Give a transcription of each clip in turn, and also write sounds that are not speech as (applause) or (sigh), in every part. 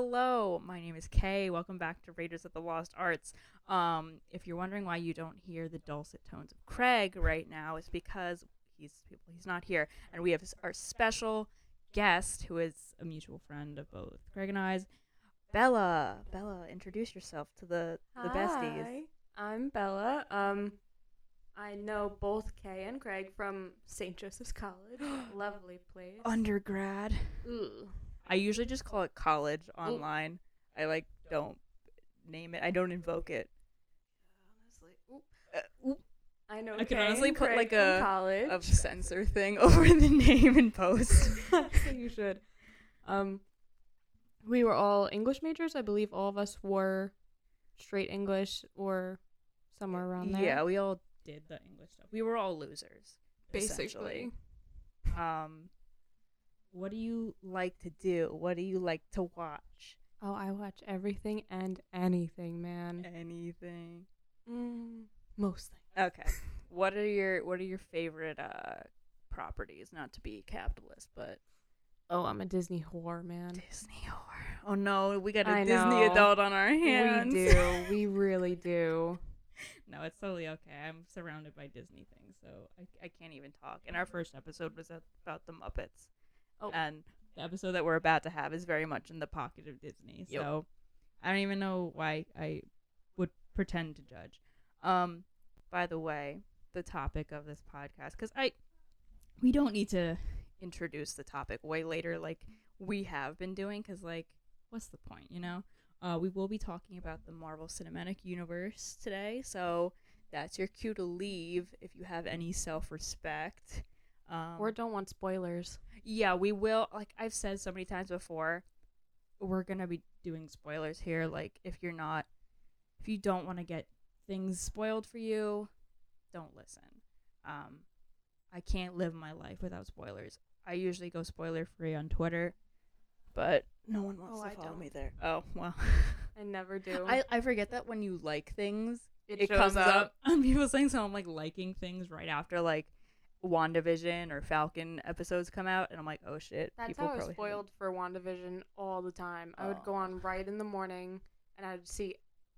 Hello, my name is Kay. Welcome back to Raiders of the Lost Arts. Um, if you're wondering why you don't hear the dulcet tones of Craig right now, it's because he's he's not here, and we have s- our special guest who is a mutual friend of both Craig and I's. Bella, Bella, introduce yourself to the the besties. Hi, I'm Bella. Um, I know both Kay and Craig from St. (gasps) Joseph's College. Lovely place. Oh. Undergrad. Ooh. I usually just call it college online. I like don't name it. I don't invoke it. Honestly, ooh. Uh, oop, I know I could Kay honestly and put, Craig like, from a- college. a censor thing (laughs) over the name and post. (laughs) so you should. Um, we were all English majors. I believe all of us were straight English or somewhere around there. Yeah, we all did the English stuff. We were all losers, basically. essentially. Um, what do you like to do? What do you like to watch? Oh, I watch everything and anything, Eh. man. Anything. Mm, most things. Okay. What are your What are your favorite uh properties? Not to be capitalist, but Oh, I'm a Disney whore, man. Disney or oh no, we got a I Disney know. adult on our hands. We (laughs) do. We really do. No, it's totally okay. I'm surrounded by Disney things, so I, I can't even talk. And our first episode was a- about the Muppets. Oh. And the episode that we're about to have is very much in the pocket of Disney. Yep. So I don't even know why I would pretend to judge. Um, by the way, the topic of this podcast, because I, we don't need to introduce the topic way later, like we have been doing, because like, what's the point, you know? Uh, we will be talking about the Marvel Cinematic Universe today, so that's your cue to leave if you have any self respect. Um, (laughs) or don't want spoilers. yeah, we will. Like I've said so many times before, we're gonna be doing spoilers here. Like if you're not, if you don't want to get things spoiled for you, don't listen. Um, I can't live my life without spoilers. I usually go spoiler free on Twitter, but no one wants Oh, to I follow don't. me there. Oh well. I never do. (laughs) I, I forget that when you like things, it it, comes up. (laughs) on people's things. So I'm like liking things right after like WandaVision or Falcon episodes come out, and I'm like, oh shit. That's people how I was probably haven't- spoiled for WandaVision all the time. I would go Oh. on right in the morning and I'd see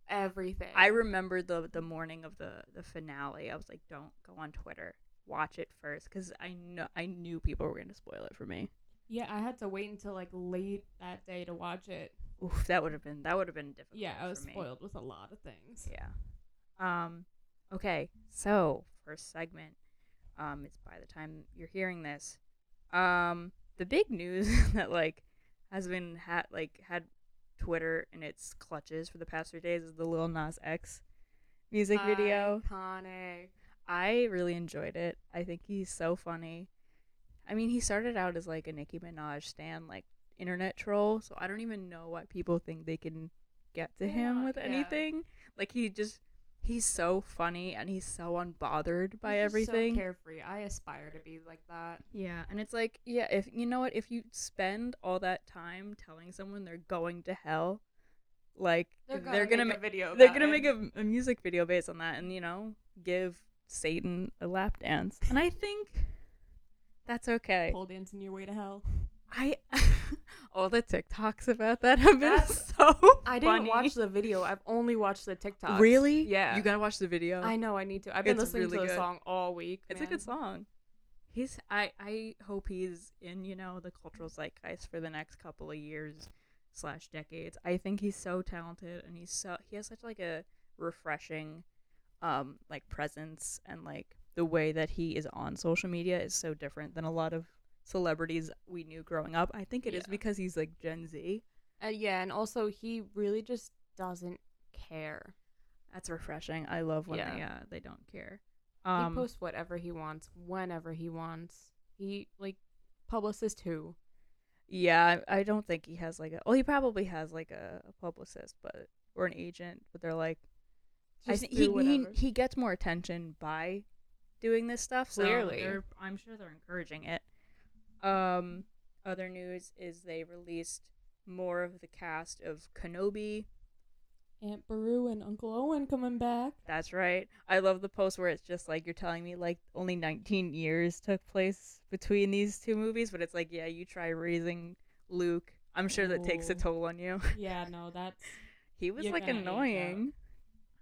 everything. I remember the the morning of the the finale. I was like, don't go on Twitter. Watch it first because I know I knew people were gonna spoil it for me. yeah, I had to wait until like late that day to watch it. Oof, that would have been that would have been difficult. for me. with a lot of things. Yeah. Um. Okay. So first segment. Um. It's by the time you're hearing this. Um. The big news (laughs) that like has been had like had Twitter in its clutches for the past three days is the Lil Nas X music video. Iconic. I really enjoyed it. I think he's so funny. I mean, he started out as like a Nicki Minaj stan, like internet troll. So I don't even know why people think they can get to Yeah, him with yeah. anything. Like he just, he's so funny and he's so unbothered by He's just everything. So carefree. I aspire to be like that. yeah, and it's like, yeah, if you know what, if you spend all that time telling someone they're going to hell, like they're gonna make make a video. they're about gonna it. make a, a music video based on that and you know give satan a lap dance and i think that's okay pole dancing your way to hell. i (laughs) all the tiktoks about that have been That's- (laughs) so I didn't funny. watch the video. I've only watched the TikTok. really Yeah. you gotta watch the video I know I need to. I've been It's listening really to the good. song all week. it's man. a good song he's i i hope he's in you know the cultural zeitgeist for the next couple of years slash decades i think he's so talented and he's so he has such like a refreshing um like presence and like the way that he is on social media is so different than a lot of celebrities we knew growing up i think it is Yeah. because he's like gen z Uh, yeah, and also he really just doesn't care. that's refreshing i love when Yeah. they uh, they don't care Um, he posts whatever he wants, whenever he wants. He like publicist who? Yeah, I I don't think he has like a. Well, he probably has like a, a publicist, but or an agent. But they're like, I Just think do he, he whatever. he gets more attention by doing this stuff. So Clearly. they're- I'm sure they're encouraging it. Um, other news is they released more of the cast of Kenobi. Aunt Beru and Uncle Owen coming (laughs) back. That's right. I love the post where it's just like you're telling me like only 19 years took place between these two movies, but it's like yeah, you try raising Luke I'm sure that takes a Ooh. toll on you. Yeah, no, that's He was You're like gonna age annoying.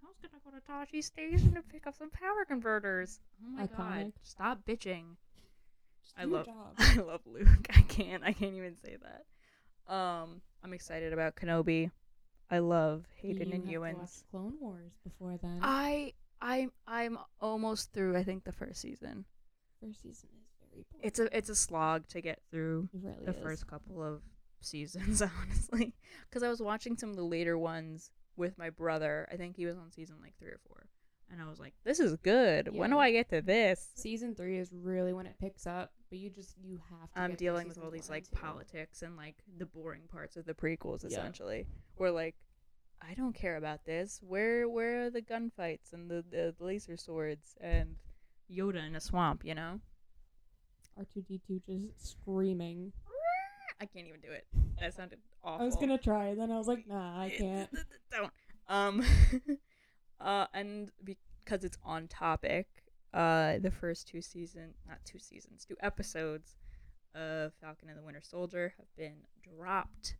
I was gonna go to Taji Station to pick up some power converters. Oh my god! Iconic. Stop bitching. just I do your love- job. (laughs) I love Luke. I can't. I can't even say that. Um, I'm excited about Kenobi. I love Hayden You and have to Ewan's. watch Clone Wars before then. I I'm I'm almost through. I think the first season. First season is very boring. It's a it's a slog to get through It really the is. first couple of seasons, (laughs) honestly. Because I was watching some of the later ones with my brother. I think he was on season like three or four. And I was like, this is good. When do Yeah. I get to this? season three is really when it picks up, but you just you have to. I'm get through dealing with seasons all these one like and two. politics and like the boring parts of the prequels, Yeah. essentially. Where like, I don't care about this. Where where are the gunfights and the, the laser swords and Yoda in a swamp, you know? R two D two just screaming. I can't even do it. That sounded awful. I was gonna try, and then I was like, (laughs) nah, I Eh, can't. th- th- Don't. Um. (laughs) uh, and because it's on topic, uh, the first two season, not two seasons, two episodes of Falcon and the Winter Soldier have been dropped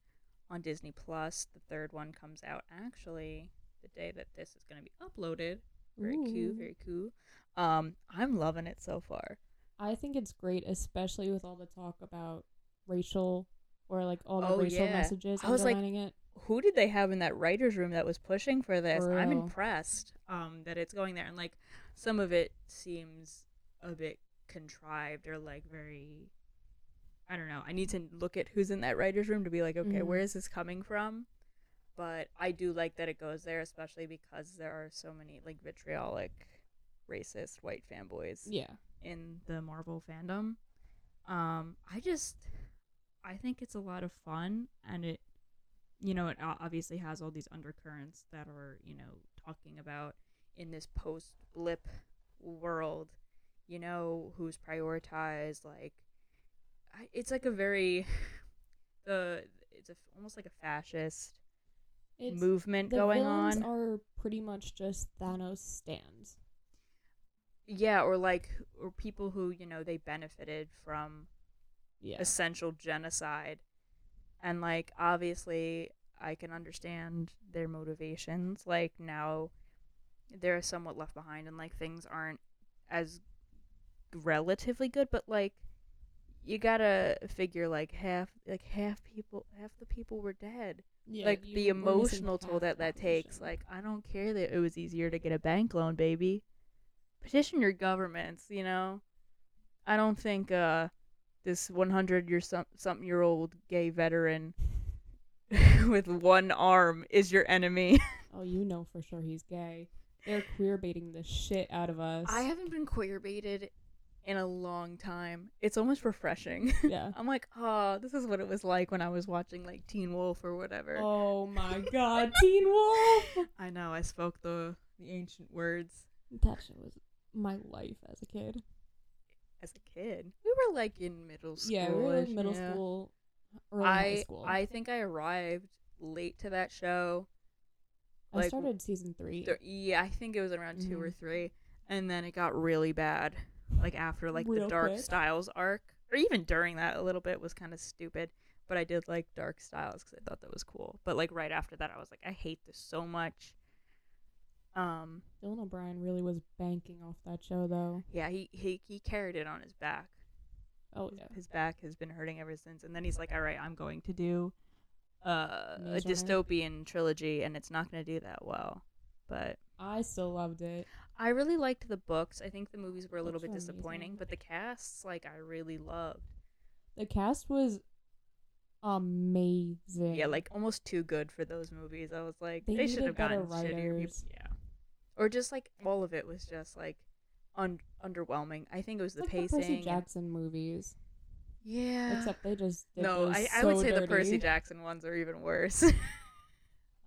on Disney Plus. The third one comes out actually the day that this is going to be uploaded. Very cool. Ooh. Very cool. Um, I'm loving it so far. I think it's great, especially with all the talk about racial or like all the Oh, racial yeah. messages I was like, underlining it. who did they have in that writers room that was pushing for this? For I'm real. impressed um, that it's going there, and like some of it seems a bit contrived or like very. I don't know. I need to look at who's in that writers room to be like, okay, Mhm. where is this coming from? But I do like that it goes there, especially because there are so many like vitriolic, racist white fanboys Yeah, in the Marvel fandom. Um, I just, I think it's a lot of fun, and it, you know, it o- obviously has all these undercurrents that are, you know, talking about in this post blip world, you know, who's prioritized. Like, I, it's like a very, (laughs) the it's a, almost like a fascist it's movement the going villains on. Are pretty much just Thanos stands. yeah, or like, or people who you know they benefited from Yeah, essential genocide. And like obviously I can understand their motivations. Like now they're somewhat left behind and like things aren't as relatively good, but like you gotta figure like half like half people half the people were dead. yeah like you the were missing emotional toll half that the that takes. population. Like I don't care that it was easier to get a bank loan, baby. Petition your governments. You know, I don't think uh this 100 year some something year old gay veteran (laughs) with one arm is your enemy. oh, you know for sure he's gay. They're queer baiting the shit out of us. I haven't been queer baited in a long time. It's almost (laughs) refreshing. yeah. I'm like, oh, this is what it was like when I was watching like Teen Wolf or whatever. Oh my god, Teen Wolf! I know I spoke the the ancient words. (laughs) That shit was my life as a kid. as a kid. We were like in middle school. Yeah, we were like middle school, early high I school. I think I arrived late to that show. I like, started season three. Th- Yeah, I think it was around two Mm-hmm. or three, and then it got really bad. Like after like the Real Dark quick. Styles arc, or even during that, a little bit was kind of stupid. But I did like Dark Styles because I thought that was cool. But like right after that, I was like, I hate this so much. Um, Dylan O'Brien really was banking off that show, though. yeah, he he he carried it on his back. Oh his- yeah, his back has been hurting ever since and then he's like all right i'm going to do uh, a Maze Runner? dystopian trilogy and it's not going to do that well but I still loved it. i really liked the books i think the movies were a little Books bit were disappointing amazing. but the casts like i really loved The cast was amazing. yeah like almost too good for those movies i was like they, They should have needed gotten better shittier people writers. yeah or just like all of it was just like un- underwhelming i think it was the Like pacing Percy and- Jackson movies, yeah except (sighs) they just did no those I, I would so say the percy dirty. jackson ones are even worse (laughs)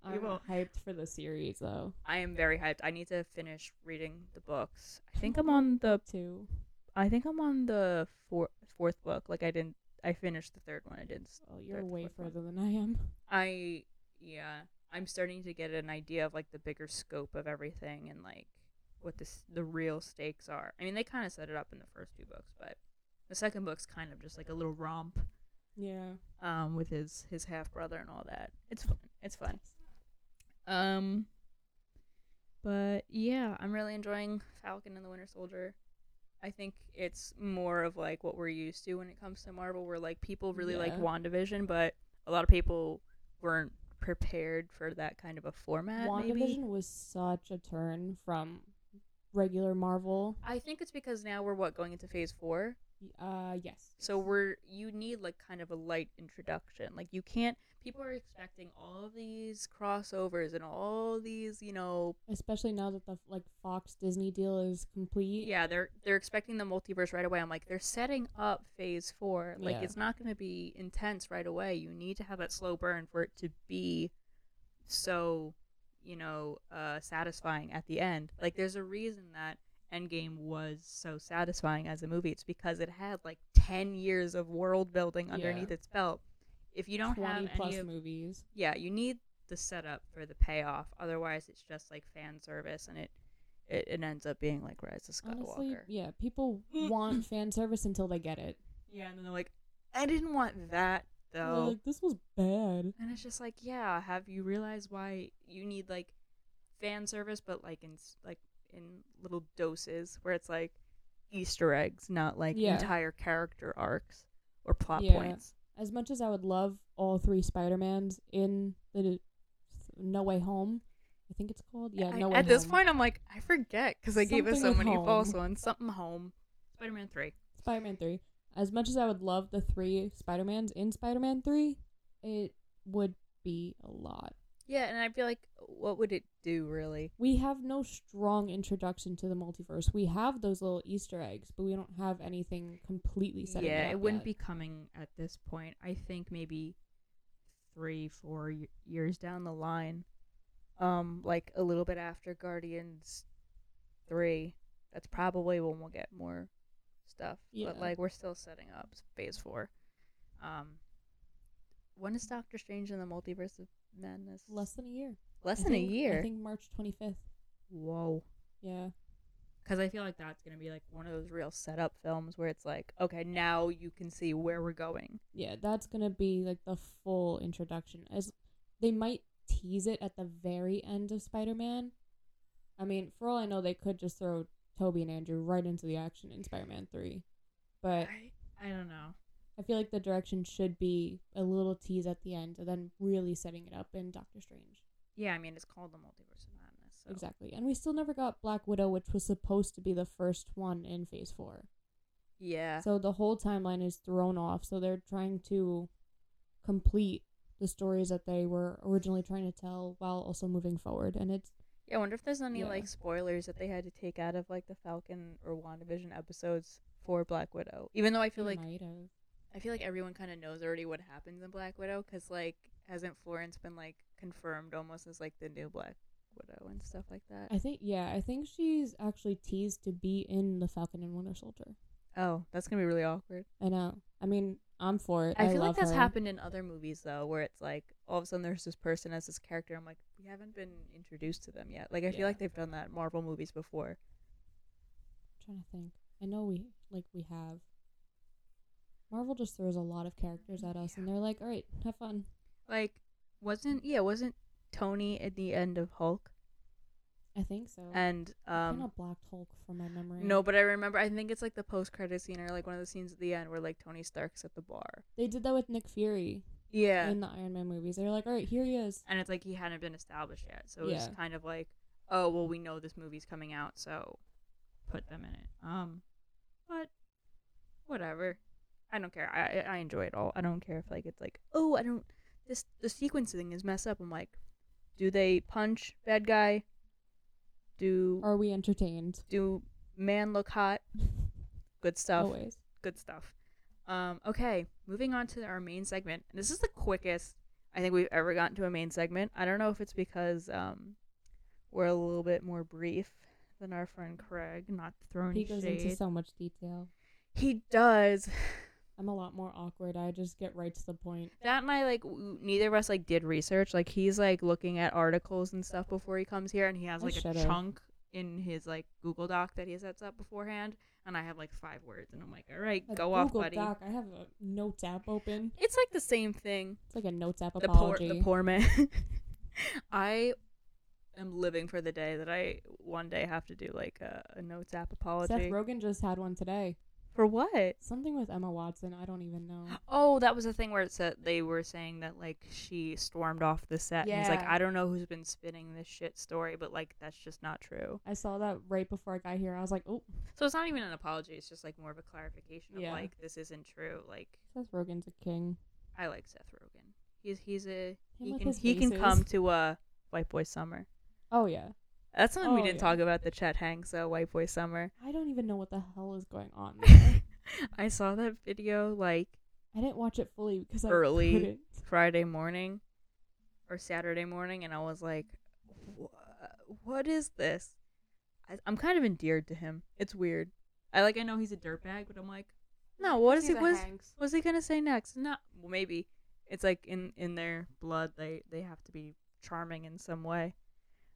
We I'm won't- hyped for the series though. I am very hyped. I need to finish reading the books. I think I'm on the Two. I think I'm on the four, fourth book. Like I didn't I finished the third one. I didn't. s- Oh, you're Third, way fourth one. further than I am. I yeah, I'm starting to get an idea of like the bigger scope of everything and like what the s- the real stakes are. I mean, they kind of set it up in the first two books, but the second book's kind of just like a little romp Yeah. um, with his his half brother and all that. It's fun. It's fun. Um, but yeah, I'm really enjoying Falcon and the Winter Soldier. I think it's more of like what we're used to when it comes to Marvel, where like people really like Yeah. WandaVision, but a lot of people weren't prepared for that kind of a format. Maybe WandaVision was such a turn from regular Marvel. I think it's because now we're what going into phase four. Uh, yes. So we're you need like kind of a light introduction. Like you can't people are expecting all these crossovers and all these, you know, especially now that the like Fox Disney deal is complete. yeah, they're they're expecting the multiverse right away. I'm like they're setting up phase 4. Like Yeah. it's not going to be intense right away. You need to have that slow burn for it to be so, you know, uh satisfying at the end. Like there's a reason that Endgame was so satisfying as a movie. It's because it had like 10 years of world building Yeah. underneath its belt. If you don't have twenty plus any of movies. yeah, you need the setup for the payoff. Otherwise, it's just like fan service, and it it, it ends up being like Rise of Skywalker. Honestly, yeah, people (laughs) want fan service until they get it. yeah, and then they're like, I didn't want that They're though, like this was bad. and it's just like, yeah, have you realized why you need like fan service, but like in s- like in little doses, where it's like Easter eggs, not like Yeah. entire character arcs or plot Yeah. points. As much as I would love all three Spider Mans in the No Way Home, I think it's called. Yeah, I- No Way at this Home. point, I'm like, I forget because I gave it Something so with many home. false ones. Something home, Spider Man three. Spider Man Three. As much as I would love the three Spider Mans in Spider Man Three, it would be a lot. Yeah, and I feel like what would it do really? we have no strong introduction to the multiverse. We have those little Easter eggs, but we don't have anything completely set. Yeah, it wouldn't be coming at this point. I think maybe three, four y- years down the line, um, like a little bit after Guardians three. That's probably when we'll get more stuff. Yeah. But like we're still setting up Phase four. Um, when is Doctor Strange in the Multiverse of Madness? less than a year. Less I than think- a year. I think March twenty fifth. Whoa. Yeah, because I feel like that's gonna be like one of those real setup films where it's like, okay, now you can see where we're going. yeah, that's gonna be like the full introduction. As they might tease it at the very end of Spider Man. I mean, for all I know, they could just throw Toby and Andrew right into the action in Spider Man three, but I don't know. I feel like the direction should be a little tease at the end, and then really setting it up in Doctor Strange. Yeah, I mean, it's called the Multiverse of Madness. So. Exactly. And we still never got Black Widow, which was supposed to be the first one in phase four. Yeah. So the whole timeline is thrown off. So they're trying to complete the stories that they were originally trying to tell while also moving forward. And it's, Yeah, I wonder if there's any Yeah. like spoilers that they had to take out of like the Falcon or WandaVision episodes for Black Widow. Even though I feel like might have. I feel like everyone kind of knows already what happens in Black Widow because like hasn't Florence been like confirmed almost as like the new Black Widow and stuff like that? I think, yeah, I think she's actually teased to be in The Falcon and Winter Soldier. Oh, that's gonna be really awkward. I know. I mean, I'm for it. I, feel like love that's her. happened in other movies though, where it's like all of a sudden there's this person as this character. I'm like, we haven't been introduced to them yet. Like I feel Yeah. like they've done that in Marvel movies before. trying to think. I know we like we have. Marvel just throws a lot of characters at us, and they're like, "All right, have fun." Like wasn't yeah wasn't Tony at the end of Hulk I think so. and kind um of blocked Hulk from my memory. no, but I remember I think it's like the post credit scene or like one of the scenes at the end where like Tony Stark's at the bar. they did that with Nick Fury Yeah, in the Iron Man movies. They're like, "All right, here he is." and it's like he hadn't been established yet, so it's Yeah. kind of like oh well we know this movie's coming out, so put them in it. Um, but whatever. I don't care. I I I enjoy it all. I don't care if like it's like oh I don't this the sequencing is messed up. I'm like, do they punch bad guy? Do Are we entertained? do man look hot? Good stuff. Always. Good stuff. Um, okay, moving on to our main segment. This is the quickest I think we've ever gotten to a main segment. I don't know if it's because um, we're a little bit more brief than our friend Craig. Not throwing He goes into shade. so much detail. He does. I'm a lot more awkward. I just get right to the point. That and I like w- neither of us like did research. Like he's like looking at articles and stuff before he comes here, and he has I like a should've. chunk in his like Google Doc that he sets up beforehand, and I have like five words, and I'm like, all right, A go Google off, buddy. Doc. I have a notes app open. It's like the same thing. It's like a notes app the poor apology. the poor (laughs) man i am living for the day that i one day have to do like a, a notes app apology Seth Mm. Rogen just had one today. for what Something with Emma Watson. I don't even know. oh that was the thing where it said they were saying that like she stormed off the set and was like Yeah. i don't know who's been spinning this shit story but like that's just not true I saw that right before I got here. I was like, oh, so it's not even an apology it's just like more of a clarification of Yeah. like this isn't true like Seth Rogen's a king. i like seth rogen he's he's a Him he with can his he can faces. come to uh white boy summer Oh yeah. that's something we Oh, didn't yeah. talk about the chet hanks uh, white boy summer I don't even know what the hell is going (laughs) on. There. I saw that video like I didn't watch it fully because I Early. couldn't. Friday morning or Saturday morning, and I was like, "Wha- "What is this?" I, I'm kind of endeared to him. It's weird. I like I know he's a dirtbag, but I'm like, no. What is he? Was was he gonna say next? Not well, maybe. It's like in in their blood, they they have to be charming in some way.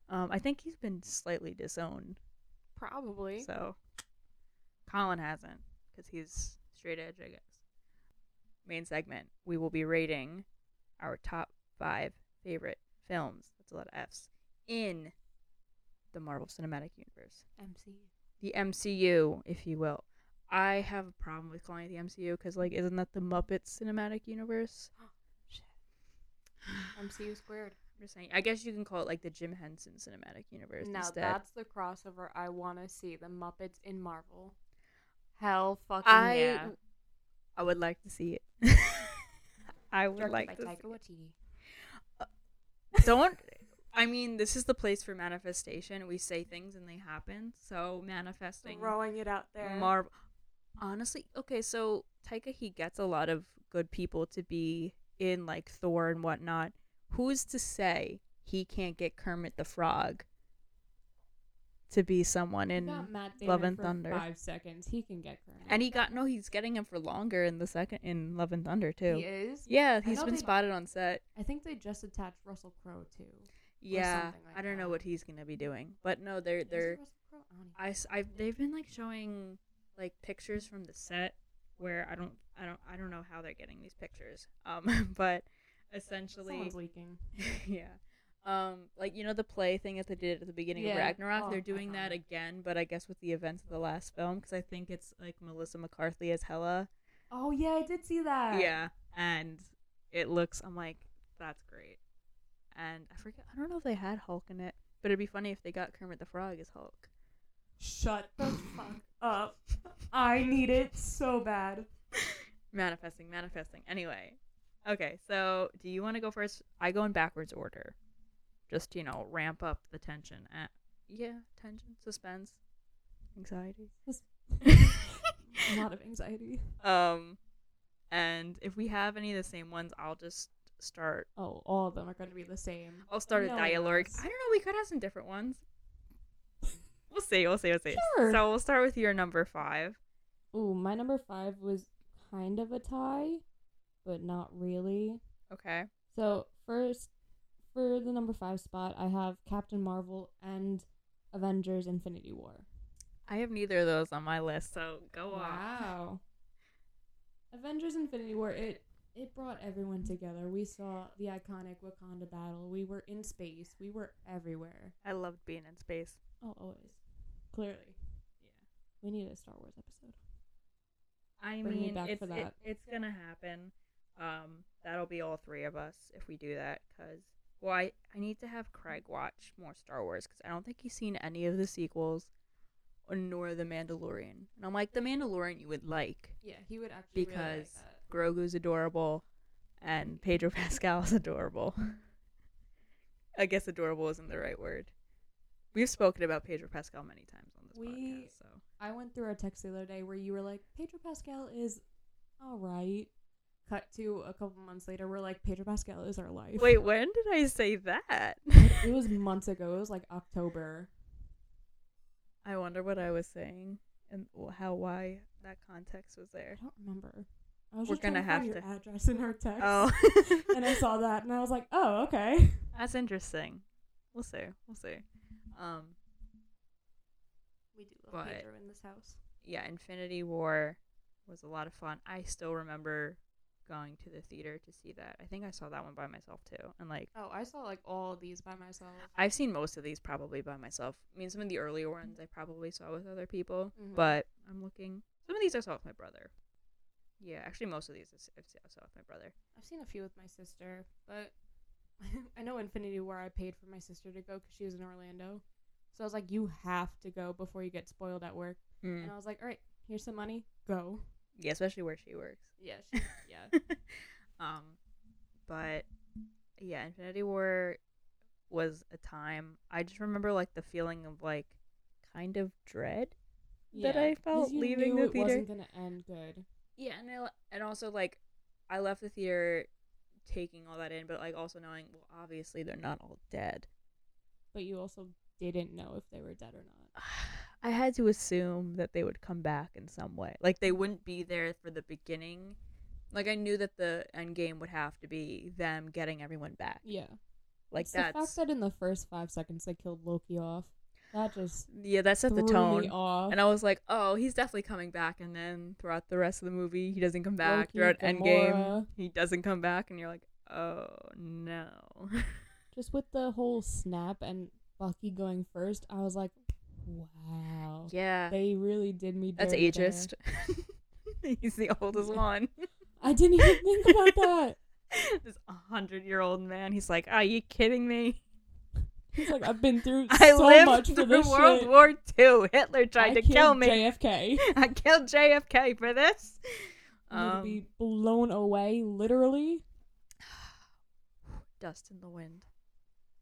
Um, I think he's been slightly disowned, Probably. so Colin hasn't because he's straight edge, I guess. Main segment, we will be rating our top five favorite films. That's a lot of F's in the Marvel Cinematic Universe, MC. the MCU, if you will. I have a problem with calling it the MCU because, like, isn't that the Muppets Cinematic Universe? MCU squared. I'm just saying. I guess you can call it like the Jim Henson Cinematic Universe Now instead. that's the crossover I want to see. The Muppets in Marvel. Hell fucking I yeah. I would like to see it. (laughs) I would Directed by like to. Taika see- Waititi. Don't. (laughs) I mean, this is the place for manifestation. We say things and they happen. So manifesting Throwing it out there. Marvel. Honestly, okay. So Taika he gets a lot of good people to be in like Thor and whatnot. Who's to say he can't get Kermit the Frog to be someone You in? got Matt Damon Love and for Thunder. Five seconds. He can get Kermit. And he got no, he's getting him for longer in the second in Love and Thunder too. He is. Yeah, I he's know been they- spotted on set. I think they just attached Russell Crowe too. Yeah, something like I don't know that. what he's gonna be doing, but no, they're Is there they're Russell Crowe? I don't even- I s- I've- they've been like showing like pictures from the set where I don't I don't I don't know how they're getting these pictures. Um, (laughs) but essentially, Someone's leaking. (laughs) yeah. Um, like you know the play thing that they did at the beginning Yeah. of Ragnarok, Oh, they're I doing saw that that. again, but I guess with the events of the last film, because I think it's like Melissa McCarthy as Hella. Oh yeah, I did see that. Yeah. And it looks, I'm like, that's great. And I forget, I don't know if they had Hulk in it, but it'd be funny if they got Kermit the Frog as Hulk. Shut the fuck up. (laughs) I need it so bad. Manifesting, manifesting. Anyway. Okay, so do you want to go first? I go in backwards order. Just, you know, ramp up the tension. Uh, yeah, tension, suspense, anxiety. Sus- A lot of anxiety. um, and if we have any of the same ones, I'll just start. Oh, all of them are going to be the same. I'll start a No dialogue. ones. I don't know, we could have some different ones. We'll see. We'll see. We'll see. Sure. So we'll start with your number five. Ooh, my number five was kind of a tie, but not really. Okay. So first, for the number five spot, I have Captain Marvel and Avengers: Infinity War. I have neither of those on my list, so go on. Wow. Avengers: Infinity War. It it brought everyone together. We saw the iconic Wakanda battle. We were in space. We were everywhere. I loved being in space. Oh, always. Clearly. We need a Star Wars episode. I Bring me mean, back it's, for it- that. it's gonna happen. Um, that'll be all three of us if we do that. Cause well, I, I need to have Craig watch more Star Wars because I don't think he's seen any of the sequels, or nor the Mandalorian. And I'm like, the Mandalorian you would like. Yeah, he would actually because Grogu's adorable and Pedro (laughs) Pascal's adorable. I guess adorable isn't the right word. We've spoken about Pedro Pascal many times on this We- podcast, so I went through a text the other day where you were like, Pedro Pascal is all right. Cut to a couple months later, we're like, Pedro Pascal is our life. Wait, when did I say that? it was months ago. It was like October. (laughs) I wonder what I was saying and how why that context was I there. don't remember. I was We're just trying gonna to find have your address in our text. Oh, (laughs) (laughs) and I saw that, and I was like, oh, okay. That's interesting. We'll see. We'll see. Um, We do love But- Pedro in this house. yeah, Infinity War was a lot of fun. I still remember going to the theater to see that. I think I saw that one by myself too. And like Oh, I saw like all of these by myself. I've seen most of these probably by myself. I mean some of the earlier ones I probably saw with other people, Mhm. but I'm looking. Some of these I saw with my brother. Yeah, actually most of these I s- I've seen- I saw with my brother. I've seen a few with my sister, but (laughs) I know Infinity War. I paid for my sister to go because she was in Orlando, so I was like, "You have to go before you get spoiled at work." Mm. And I was like, "All right, here's some money. Go." Yeah, especially where she works. Yeah, she, (laughs) yeah. (laughs) um but yeah infinity war was a time i just remember like the feeling of like kind of dread That I felt 'cause you leaving the knew theater. It wasn't gonna end good. yeah and I, and also like i left the theater taking all that in but like also knowing well obviously they're not all dead (sighs) But you also didn't know if they were dead or not. i had to assume that they would come back in some way like they wouldn't be there for the beginning like i knew that the end game would have to be them getting everyone back Yeah. like It's that's the fact that in the first five seconds they killed Loki off. That just yeah that set the threw tone Me off. And I was like, oh, he's definitely coming back. And then throughout the rest of the movie, he doesn't come back. Loki, throughout Endgame, Gamora. he doesn't come back. And you're like, oh, no. (laughs) just with the whole snap and Bucky going first, I was like, wow. yeah. They really did me That's dirty there. ageist. (laughs) he's the oldest Yeah. one. (laughs) I didn't even think about that. this 100 year old man. He's like, are you kidding (laughs) me? It's like I've been through (laughs) I so lived much for through this World shit. War II. Hitler tried I to kill killed me. JFK. (laughs) I killed JFK for this. I'm gonna Um, be blown away, literally. Dust in the Wind.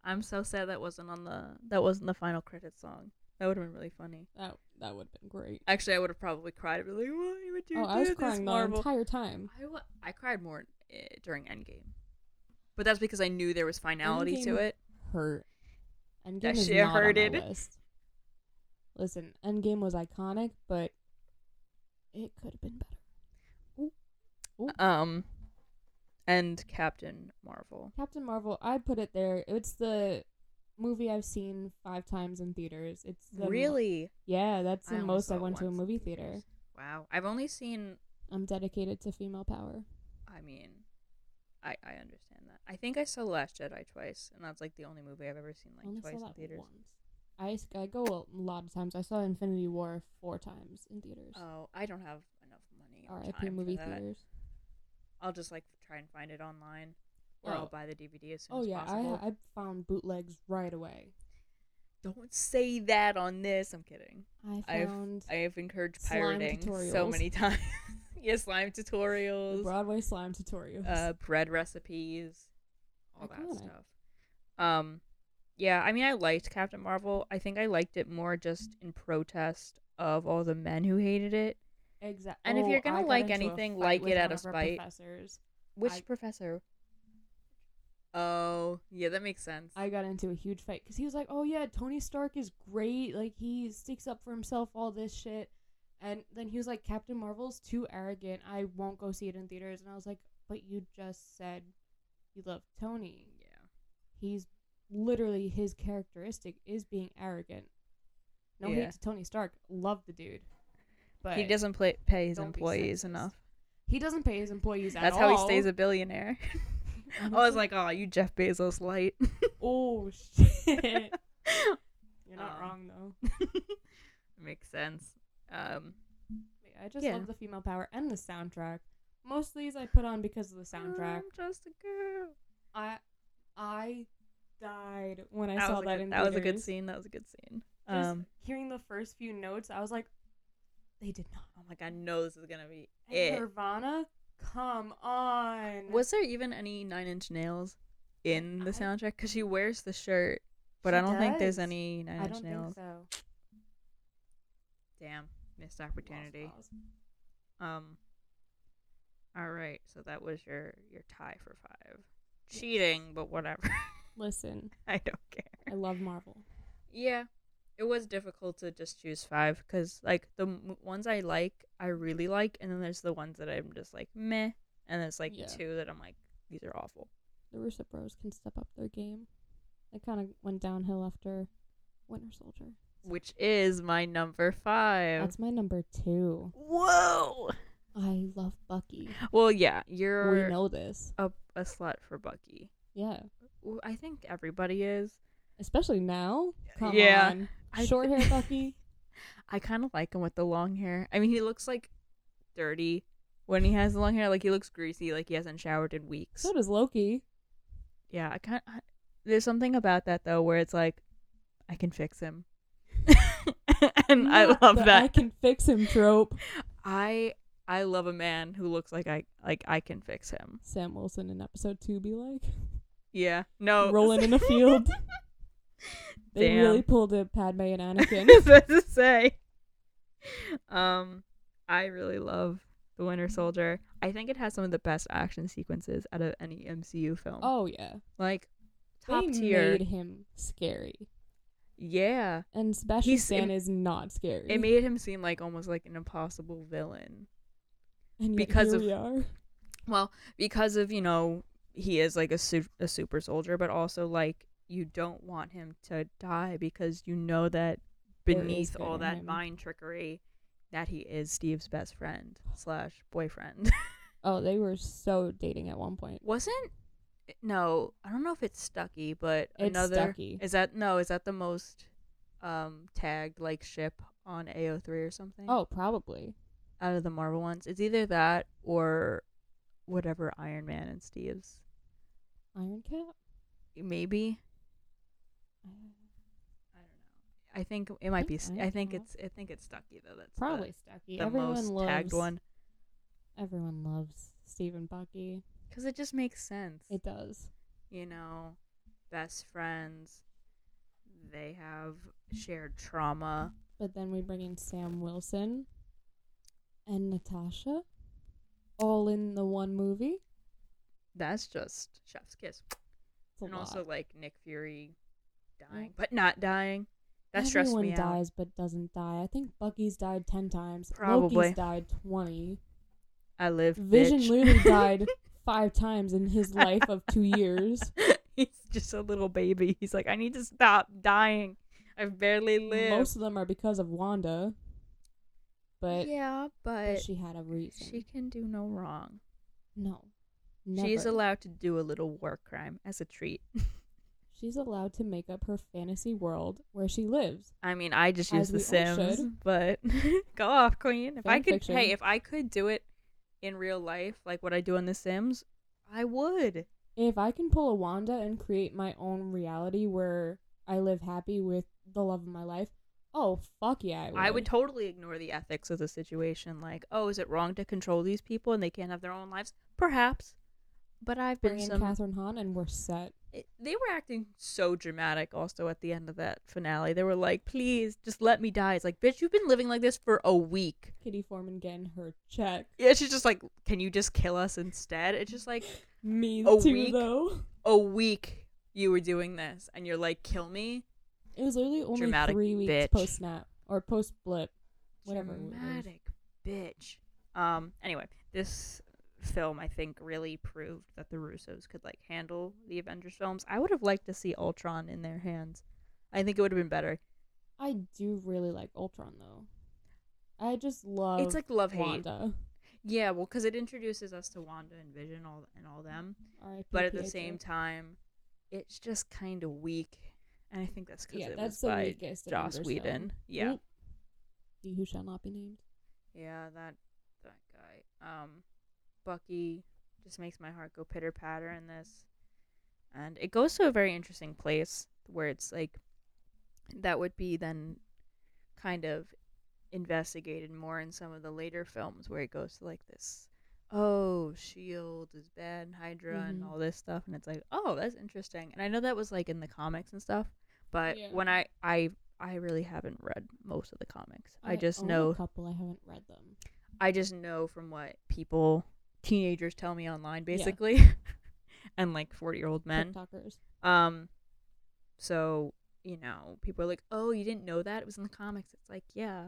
I'm so sad that wasn't on the that wasn't the final credits song. That would have been really funny. That that would have been great. Actually, I would have probably cried. I'd be like, "Why would you oh, do I was this, crying the Marvel?" entire time. I wa- I cried more uh, during Endgame, but that's because I knew there was finality to Endgame- it. Hurt. Endgame That is shit not hurted. on my list. Listen, Endgame was iconic, but it could have been better. Um, and Captain Marvel. Captain Marvel, I put it there. It's the movie I've seen five times in theaters. It's the mo- Really? yeah, that's I the only most saw I it went to a once in movie theaters. theater. Wow. I've only seen. I'm dedicated to female power. I mean, I I understand that. I think I saw Last Jedi twice, and that's like the only movie I've ever seen like I only twice saw in that theaters. once. I, s- I go a lot of times. I saw Infinity War four times in theaters. Oh, I don't have enough money. Or R.I.P. time movie for that. theaters. I'll just like try and find it online, or I'll Oh. buy the DVD as soon Oh as yeah, I, possible. I found bootlegs right away. Don't say that on this. I'm kidding. I I've- found I have encouraged Slime pirating so tutorials. many (laughs) times. yeah, slime the tutorials, Broadway slime tutorials. uh, bread recipes, all that Iconic. stuff. Um, yeah, I mean, I liked Captain Marvel. I think I liked it more just Mm-hmm. in protest of all the men who hated it. exactly. and if you're gonna like anything, like it out of spite. Professors. Which I- professor? Oh, yeah, that makes sense. I got into a huge fight because he was like, "Oh yeah, Tony Stark is great. Like he sticks up for himself, all this shit." And then he was like, "Captain Marvel's too arrogant. I won't go see it in theaters." And I was like, "But you just said you love Tony. yeah. He's literally his characteristic is being arrogant. No Yeah. hate to Tony Stark. Love the dude, but he doesn't play, pay his don't be employees sexist enough. He doesn't pay his employees at That's all. how he stays a (laughs) billionaire. I (laughs) And was it's like, oh, you Jeff Bezos light. (laughs) "Oh shit." You're not Um, wrong though. Makes sense. Um, I just Yeah. love the female power and the soundtrack. Most of these I put on because of the soundtrack. I'm just a girl. Um, I I died when I that saw was a that good, in that was a good theaters. scene. That was a good scene. Just Um, hearing the first few notes, I was like, they did not. oh my god, no, this is gonna be And it. Nirvana, come on. Was there even any Nine Inch Nails in the I- soundtrack? Because she wears the shirt, but She I don't think there's does. any Nine I Inch don't Nails. think so. Damn, missed Lost opportunity. cause. Um. All right, so that was your your tie for five. Cheating, but whatever. (laughs) Listen, I don't care. I love Marvel. Yeah, it was difficult to just choose five because like the m- ones I like, I really like, and then there's the ones that I'm just like meh, and there's like Yeah. two that I'm like these are awful. The Russo Bros can step up their game. They kind of went downhill after Winter Soldier. which is my number five. That's my number two. Whoa. I love Bucky. Well, yeah, we you're know this. a, a slut for Bucky. Yeah. Ooh, I think everybody is. Especially now. Come Yeah. on. I- (laughs) Short hair Bucky. I kind of like him with the long hair. I mean, he looks like dirty when he has the long hair. Like he looks greasy, like he hasn't showered in weeks. so does Loki. yeah, I kind. I- There's something about that though, where it's like, I can fix him, (laughs) and I Not love the that. I can fix him trope. I I love a man who looks like I like I can fix him. Sam Wilson in episode two (laughs) be like. Yeah. No. Rolling (laughs) in a field. They Oh. Damn. really pulled a (laughs) Padme and Anakin. That's what to say. Um, I really love the Winter Soldier. I think it has some of the best action sequences out of any MCU film. oh yeah. like top They tier. made him scary. yeah, And Sebastian He's- Stan it- is not scary. it made him seem like almost like an impossible villain. and yet because here of- we are. Well, because of you know he is like a su- a super soldier, but also like you don't want him to die because you know that There is beneath good all in that him. mind trickery, that he is Steve's best friend slash boyfriend. (laughs) Oh, they were so dating at one point. Wasn't eh, no, I don't know if it's Stucky, but It's another Stucky. is that no, is that the most um tagged like ship on AO3 or something? Oh, probably. out of the Marvel ones. It's either that or whatever Iron Man and Steve's. Iron Cap? Maybe I don't know. I think it might be. S- think Iron I think Cap. it's. I think it's Stucky though. That's the- Probably Stucky. the, everyone most loves tagged one Everyone loves Stephen Bucky. because it just makes sense. It does. you know, best friends. They have shared trauma. But then we bring in Sam Wilson and Natasha, all in the one movie. That's just chef's kiss. It's a and lot. also like Nick Fury dying, but not dying. That stressed Everyone me out. dies but doesn't die. I think Bucky's died ten times. Probably. Loki's died twenty. I live. Vision bitch. (laughs) literally died five times in his life of two years. (laughs) He's just a little baby. He's like, I need to stop dying. I've barely lived. Most of them are because of Wanda. But yeah, but but she had a reason. she can do no wrong. no. Never. She's allowed to do a little war crime as a treat. (laughs) She's allowed to make up her fantasy world where she lives. I mean, I just use As The we all Sims, should. but (laughs) go off, Queen. If I Fan could, fiction. hey, if I could do it in real life, like what I do on The Sims, I would. If I can pull a Wanda and create my own reality where I live happy with the love of my life, oh fuck yeah, I would. I would totally ignore the ethics of the situation. Like, oh, is it wrong to control these people and they can't have their own lives? Perhaps, but I've been bring in some Catherine Hahn and we're set. it- they were acting so dramatic also at the end of that finale. They were like, please, just let me die. It's like, bitch, you've been living like this for a week. Kitty Foreman getting her check. Yeah, she's just like, can you just kill us instead? It's just like, Me A too week? though. a week you were doing this and you're like, kill me? It was literally only Dramatic three weeks bitch. post snap or post blip. Whatever it was. Dramatic bitch. Um, anyway, this film I think really proved that the Russos could like handle the Avengers films. I would have liked to see Ultron in their hands. I think it would have been better. I do really like Ultron though. I just love it's like love hate. Wanda. Yeah, well, because it introduces us to Wanda and Vision all and all them, R.I.P. but at the Pietro. same time, it's just kind of weak, and I think that's because Yeah, it that's was the by weakest Joss Avengers Whedon. film. Yeah, Oop. He who shall not be named. yeah, that that guy, um, Bucky, just makes my heart go pitter patter in this, and it goes to a very interesting place where it's like that would be then kind of investigated more in some of the later films where it goes to like this oh shield is bad and hydra and Mhm. all this stuff and it's like oh that's interesting and i know that was like in the comics and stuff but Yeah. when i i i really haven't read most of the comics i, just own know a couple. I haven't read them. i just know from what people teenagers tell me online basically (laughs) and like 40 year old men TikTokers. um, so you know, people are like, "Oh, you didn't know that? It was in the comics." It's like, yeah,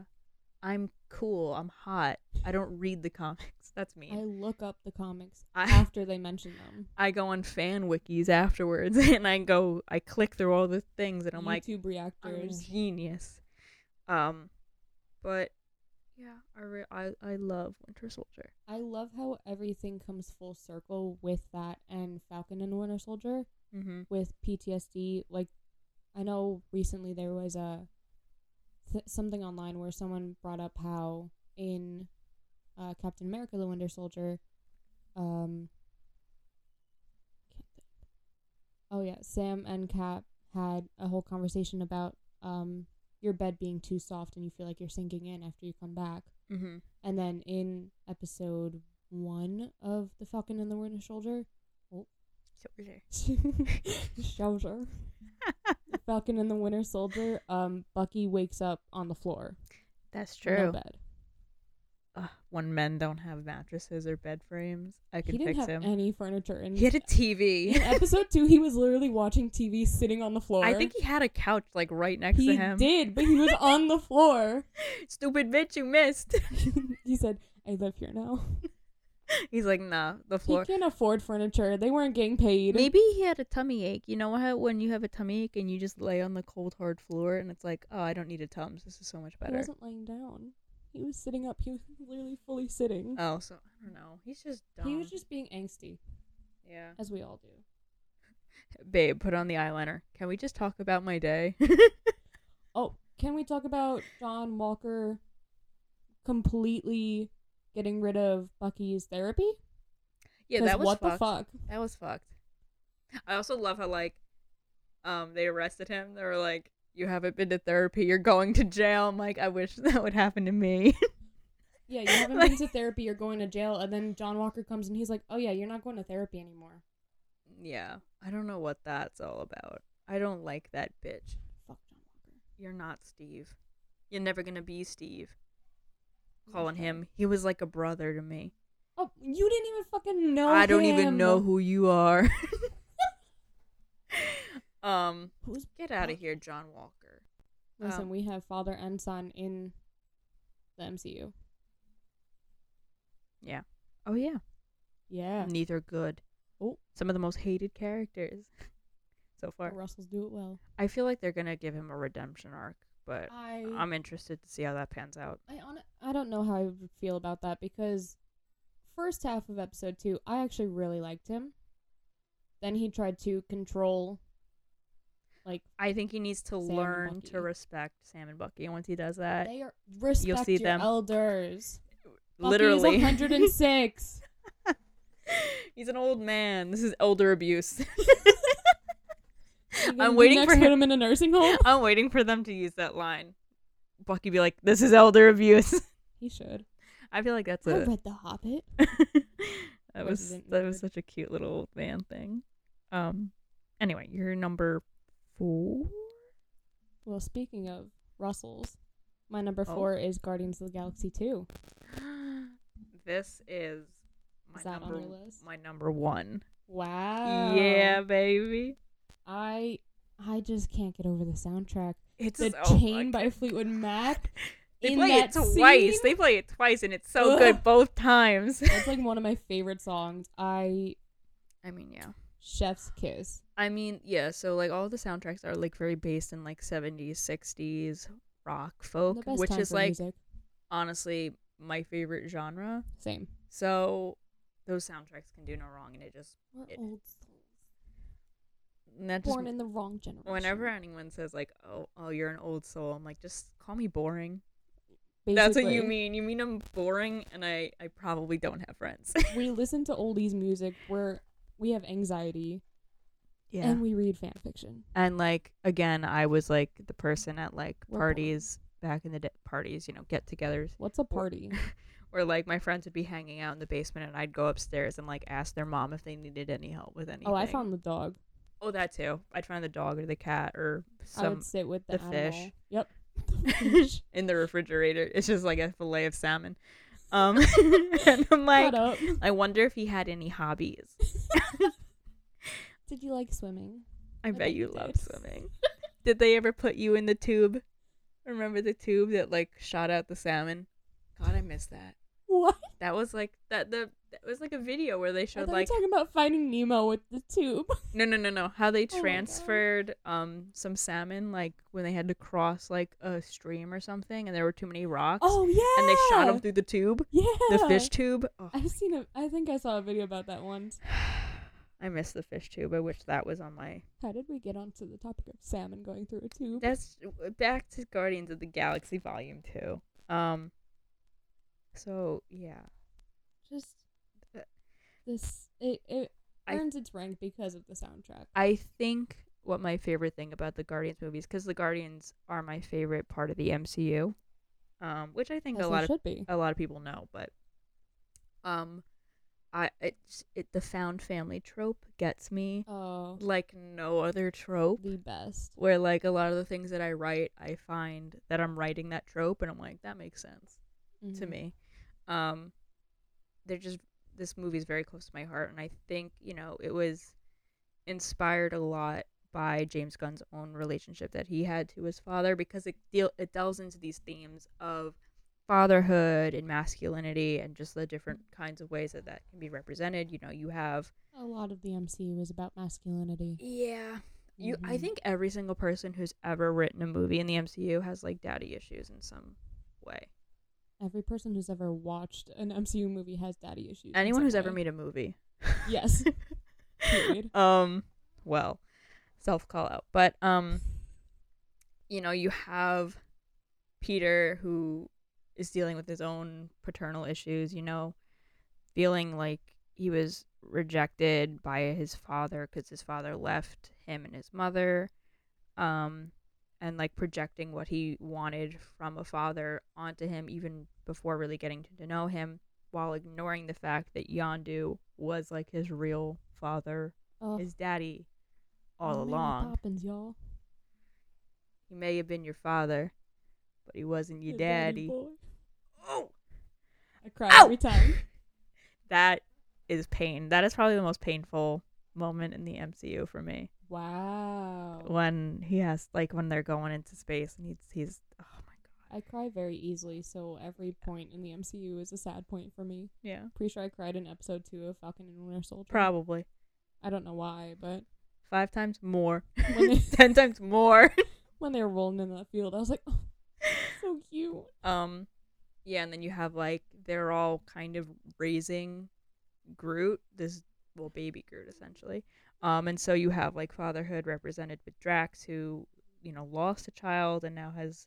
I'm cool. I'm hot. I don't read the (laughs) comics. That's I me. look up the comics I (laughs) after they mention them. I go on fan wikis (laughs) afterwards, and I go, I click through all the things, and I'm like, YouTube I'm a reactors. genius. Um, but yeah, I re- I I love Winter Soldier. I love how everything comes full circle with that and Falcon and Winter Soldier Mm-hmm. with PTSD. Like, I know recently there was a th- something online where someone brought up how in uh, Captain America: The Winter Soldier, um, can't think. oh yeah, Sam and Cap had a whole conversation about um your bed being too soft and you feel like you're sinking in after you come back. Mm-hmm. And then in episode one of The Falcon and the Winter Soldier, Soldier. (laughs) (laughs) Soldier, The Falcon and the Winter Soldier, um, Bucky wakes up on the floor, That's no true. bed. Ugh, when men don't have mattresses or bed frames, I He could didn't fix have him. any furniture in. he (laughs) had a in TV. episode two, he was literally watching TV, sitting on the floor. I think he had a couch like right next he to him. did, but he (laughs) was on the floor. Stupid bitch, you (laughs) missed. (laughs) he said, "I live here now." He's like, nah, the floor. He can't afford furniture. They weren't getting paid. Maybe he had a tummy ache. You know how when you have a tummy ache and you just lay on the cold hard floor and it's like, oh, I don't need a tums. This is so much He better. wasn't laying down. He was sitting up. He was literally fully sitting. Oh, so I don't know. He's just dumb. He was just being angsty, yeah. as we all do. Babe, put on the eyeliner. Can we just talk about my day? (laughs) Oh, can we talk about John Walker completely getting rid of Bucky's therapy? yeah, 'Cause that was what fucked. the fuck. That was fucked. I also love how like, um, they arrested him. They were like, "You haven't been to therapy. You're going to jail." I'm like, I wish (laughs) that would happen to me. (laughs) Yeah, you haven't Like- been to therapy. You're going to jail, and then John Walker comes and he's like, "Oh yeah, you're not going to therapy anymore." yeah, I don't know what that's all about. I don't like that bitch. Fuck John Walker. You're not Steve. You're never gonna be Steve. I'm Calling sorry. him, he was like a brother to me. Oh, you didn't even fucking know. I don't even him. know who you are. (laughs) um, Who's get out of here, John Walker. Listen, Um, we have father and son in the MCU. Oh yeah. Yeah, Neither good. Oh. Some of the most hated characters (laughs) so far. but Russells do it well. I feel like they're gonna give him a redemption arc, but I I'm interested to see how that pans out. I on I don't know how I would feel about that because first half of episode two, I actually really liked him. Then he tried to control, like I think he needs to Sam and learn Bucky. to respect Sam and Bucky. And once he does that, they are respect Uh, see your them. elders. literally, (laughs) one hundred and six. he's an old man. This is elder (laughs) abuse. I'm waiting next for Put him. him in a nursing home. (laughs) I'm waiting for them to use that line. Bucky be like, "This is elder abuse." (laughs) He should. I feel like that's I a read The Hobbit. (laughs) that Or was didn't that was nerd. such a cute little old man thing. Um. Anyway, you're number four. Well, speaking of Russells, my number Oh. four is Guardians of the Galaxy two. (gasps) this is my Is that on number your list? my number one. Oh. Wow. Yeah, baby. I I just can't get over (laughs) the soundtrack. It's the so fucking- chain by Fleetwood Mac. They in play it that twice. scene- They play it twice, and it's so Ugh. good both times. (laughs) That's like one of my favorite songs. I I mean, yeah. Chef's Kiss. I mean, yeah. So like all the soundtracks are like very based in like seventies, sixties rock folk, the best which time is for like music. honestly my favorite genre. Same. So those soundtracks can do no wrong, and it just We're it- old souls. and that just Born in the wrong generation. whenever anyone says like, "Oh, oh, you're an old soul," I'm like, just call me boring. Basically, That's what you mean. You mean I'm boring, and I I probably don't have friends. (laughs) (laughs) we listen to oldies music where we have anxiety and we read fan fiction. and like again, I was like the person at like We're boring. parties back in the day, parties, you know, get-togethers What's a party? where like my friends would be hanging out in the basement, and I'd go upstairs and like ask their mom if they needed any help with anything. oh, I found the dog. Oh, that too. I'd find the dog or the cat or I some would sit with the the, fish. animal. Yep. The fish. (laughs) in the refrigerator. It's just like a fillet of salmon. Um, (laughs) and I'm like, Shut up. I wonder if he had any hobbies. (laughs) Did you like swimming? I, bet bet you you love did. swimming. did they ever put you in the tube? Remember the tube that like shot out the salmon? God, I miss that. What? That was like that the that was like a video where they I showed thought you were like talking about finding Nemo with the (laughs) tube. no no no no how they Oh God. transferred um some salmon like when they had to cross like a stream or something and there were too many rocks Oh yeah. and they shot them through the tube Yeah. the fish tube. Oh, I've seen a. I think I saw a video about that once. I miss the fish tube. I wish that was on my. How did we get onto the topic of salmon going through a tube? That's back to Guardians of the Galaxy Volume Two. Um. So yeah, Just this. It it I- earns its rank because of the soundtrack. I think what my favorite thing about the Guardians movies, because the Guardians are my favorite part of the MCU, um, which I think As a they lot of should be. a lot of people know, but um, I it's it the found family trope gets me Oh, like no other trope. the best. where like a lot of the things that I write, I find that I'm writing that trope, and I'm like, that makes sense to Mhm. me. Um, they're just this movie's very close to my heart, and I think you know it was inspired a lot by James Gunn's own relationship that he had to his father because it deal it delves into these themes of fatherhood and masculinity and just the different kinds of ways that that can be represented. You know, you have A lot of the MCU is about masculinity. yeah. You, I Mhm. think every single person who's ever written a movie in the MCU has like daddy issues in some way. Every person who's ever watched an MCU movie has daddy issues. in Anyone some who's ever way. made a movie. (laughs) Yes. (laughs) Period. um, well, self call out, but um, you know, you have Peter who is dealing with his own paternal issues. You know, feeling like he was rejected by his father because his father left him and his mother. Um, and like projecting what he wanted from a father onto him even before really getting to know him while ignoring the fact that Yondu was like his real father, Oh, his daddy all Mary along. Poppins, y'all. He may have been your father, but he wasn't your The daddy. boy. Oh, I cry Ow! every time. (laughs) that is pain. That is probably the most painful moment in the MCU for me. Wow. Oh. When he has like when they're going into space and he's he's oh my god. I cry very easily, so every point in the MCU is a sad point for me. Yeah. Pretty sure I cried in episode two of Falcon and Winter Soldier. Probably. I don't know why, but Five times more. When they- (laughs) (laughs) Ten times more. when they were rolling in that field, I was like, oh, so cute. Um, yeah, and then you have like they're all kind of raising Groot, this well baby Groot essentially. Um, and so you have like fatherhood represented with Drax, who you know lost a child and now has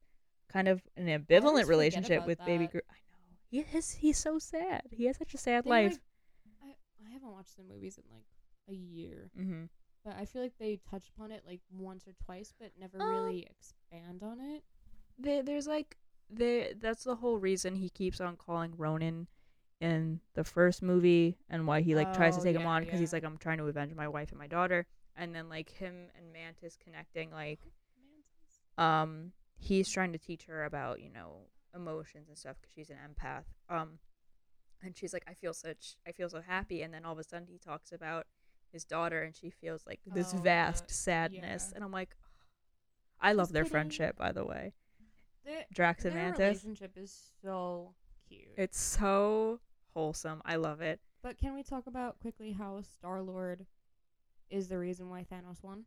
kind of an ambivalent forget relationship about with baby that. Groot. I know he is. He's so sad. He has such a sad They, life. like- I, I haven't watched the movies in like a year, mm-hmm. but I feel like they touch upon it like once or twice, but never Um, really expand on it. there, there's like there that's the whole reason he keeps on calling Ronan in the first movie and why he like tries to Oh, take him yeah, on because he's yeah. like I'm trying to avenge my wife and my daughter and then like him and Mantis connecting like um he's trying to teach her about you know emotions and stuff because she's an empath um and she's like I feel such I feel so happy and then all of a sudden he talks about his daughter and she feels like this Oh, the- vast sadness yeah. and I'm like I love Just their kidding. friendship by the way Their, Drax and their Mantis relationship is so cute. It's so wholesome. I love it. but can we talk about quickly how Star Lord is the reason why Thanos won?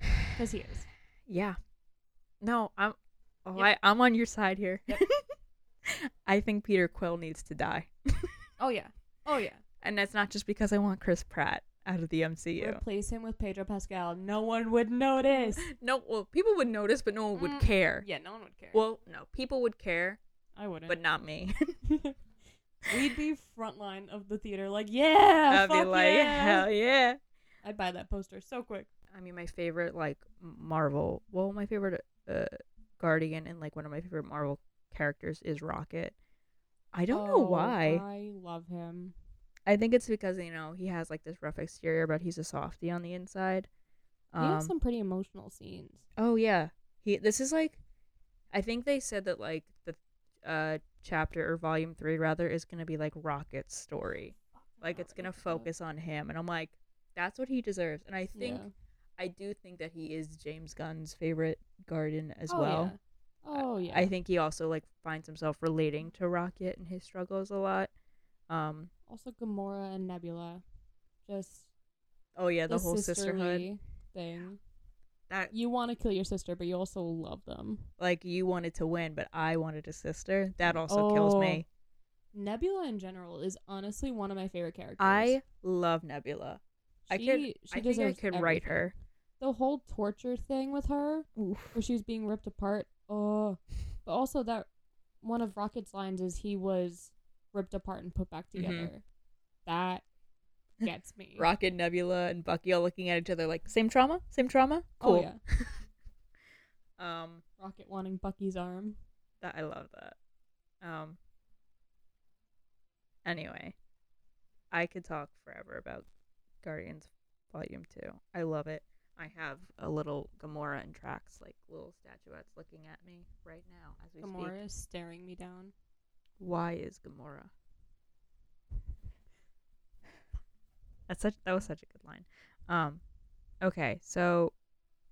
Because he is. (sighs) Yeah. No, I'm oh, Yep. I, I'm on your side here. Yep. (laughs) I think Peter Quill needs to die. Oh yeah. Oh yeah. And that's not just because I want Chris Pratt out of the MCU. Replace him with Pedro Pascal. No one would notice. No, well, people would notice, but no one would Mm, care. (laughs) yeah, no one would care. Well, no, people would care, I wouldn't. but not (laughs) me. (laughs) (laughs) We'd be front line of the theater, like yeah, I'd be like, hell yeah. I'd buy that poster so quick. I mean, my favorite like M- Marvel. Well, my favorite uh, Guardian and like one of my favorite Marvel characters is Rocket. I don't know Oh, why. I love him. I think it's because you know he has like this rough exterior, but he's a softie on the inside. He Um, has some pretty emotional scenes. oh yeah, he. This is like, I think they said that like the uh chapter or volume three rather is gonna be like Rocket's story. Like it's gonna focus on him, and I'm like, that's what he deserves. And I think Yeah. I do think that he is James Gunn's favorite garden as Oh, well. yeah. Oh yeah. I think he also like finds himself relating to Rocket and his struggles a lot. Um, also Gamora and Nebula, just oh yeah, the, whole sisterhood sisterly thing. that You want to kill your sister, but you also love them. like you wanted to win, but I wanted a sister. That also kills Oh. me. Nebula in general is honestly one of my favorite characters. I love Nebula. I could- She- she I think I deserves could write everything. her. The whole torture thing with her, where she was being ripped apart. (laughs) Oh, but also that one of Rocket's lines is he was ripped apart and put back Mm-hmm. together. That gets me. Rocket, Nebula, and Bucky all looking at each other like same trauma, same trauma. Cool. Oh yeah, Um, Rocket wanting Bucky's arm. that I love that. Um. Anyway, I could talk forever about Guardians Volume Two. I love it. I have a little Gamora and Trax like little statuettes looking at me right now as we speak. Gamora is staring me down. Why is Gamora? (laughs) That's such that was such a good line. Um, okay, so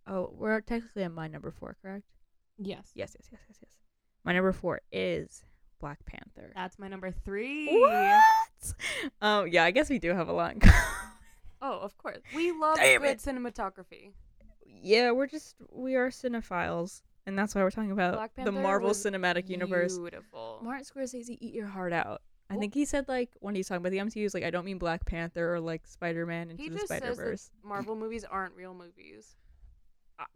oh, we're technically on my number four, correct? Yes. Yes, yes, yes, yes, yes. My number four is Black Panther. That's my number three. What? (laughs) Um, yeah, I guess we do have a lot. in common. (laughs) Oh, of course. We love Damn good it. cinematography. yeah, we're just we are cinephiles, and that's why we're talking about Black the Panther Marvel was Cinematic Universe. Beautiful. Martin Scorsese, eat your heart out. I Oh. think he said like when he's talking about the MCU, he's like, I don't mean Black Panther or like Spider Man into he the just Spider says that Verse. Marvel movies aren't real movies.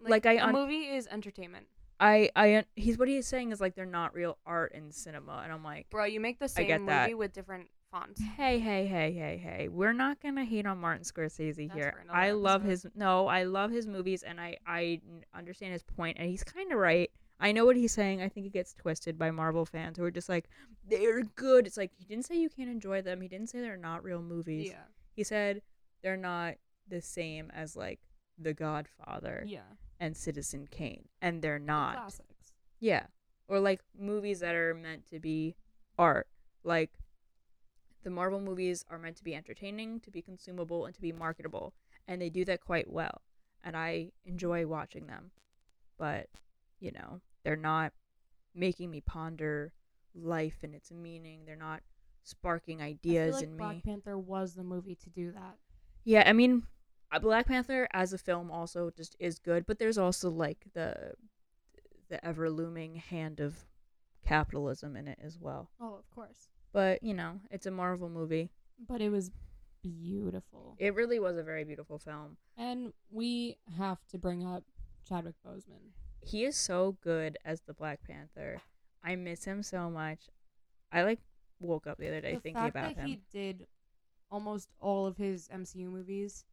like, I uh, a un- movie is entertainment, I, I, he's what he's saying is like they're not real art in cinema, and I'm like, bro. You make the get same that. movie with different fonts. hey, hey, hey, hey, hey, we're not gonna hate on Martin Scorsese That's for here. another I love his episode. no, I love his movies, and I, I n- understand his point, and he's kind of right. I know what he's saying. I think it gets twisted by Marvel fans who are just like, they're good. It's like he didn't say you can't enjoy them. He didn't say they're not real movies. Yeah, he said they're not the same as like the godfather Yeah. and citizen kane and they're not Classics. yeah or like movies that are meant to be art like the marvel movies are meant to be entertaining to be consumable and to be marketable and they do that quite well and i enjoy watching them but you know they're not making me ponder life and its meaning they're not sparking I ideas feel like in Black me Panther was the movie to do that. yeah, I mean, uh, Black Panther as a film also just is good, but there's also like the the ever looming hand of capitalism in it as well. Oh, of course. But you know, it's a Marvel movie. But it was beautiful. It really was a very beautiful film. And we have to bring up Chadwick Boseman. He is so good as the Black Panther. I miss him so much. I like woke up the other day the thinking fact about that him. he did almost all of his MCU movies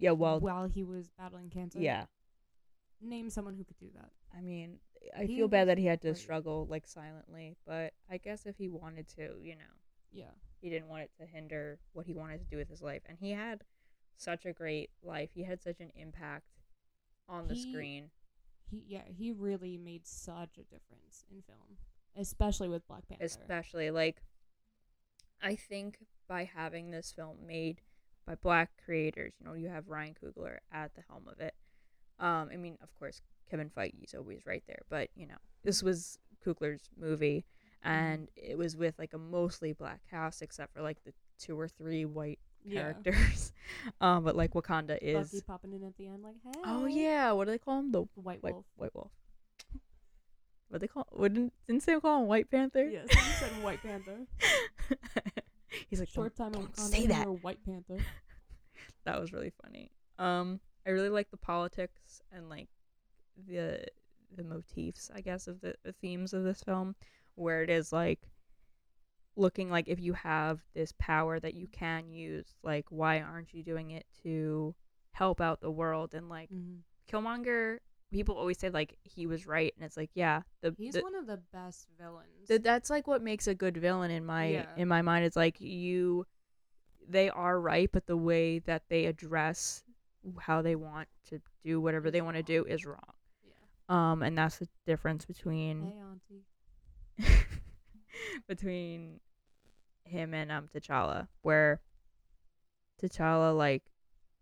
yeah, well, while he was battling cancer. yeah. name someone who could do that. I mean, I He feel bad was that he had to great. struggle like silently, but I guess if he wanted to, you know, Yeah. he didn't want it to hinder what he wanted to do with his life and he had such a great life he had such an impact on the He- screen He yeah, he really made such a difference in film. Especially with Black Panther. especially like i think by having this film made by black creators you know you have ryan kugler at the helm of it um i mean of course kevin feige is always right there but you know this was kugler's movie Mm-hmm. and it was with like a mostly black cast except for like the two or three white yeah. characters (laughs) um but like wakanda is Bucky popping in at the end like, hey. Oh yeah, what do they call him? The The White white Wolf. white wolf. What they call? Wouldn't didn't they call him White Panther? Yes, you said White Panther. (laughs) He's (laughs) like Short time don't, in don't Wakanda, say you that. were (laughs) White Panther. That was really funny. Um, I really like the politics and like the the motifs, I guess, of the, the themes of this film, where it is like looking like if you have this power that you can use, like why aren't you doing it to help out the world and like Mhm. Killmonger, people always say like he was right, and it's like yeah, the, He's the- one of the best villains. the- that's like what makes a good villain in my Yeah. in my mind. It's like you, they are right, but the way that they address how they want to do whatever Is they want to wrong. do is wrong. yeah. Um, and that's the difference between Hey auntie. (laughs) between him and um T'Challa, where T'Challa like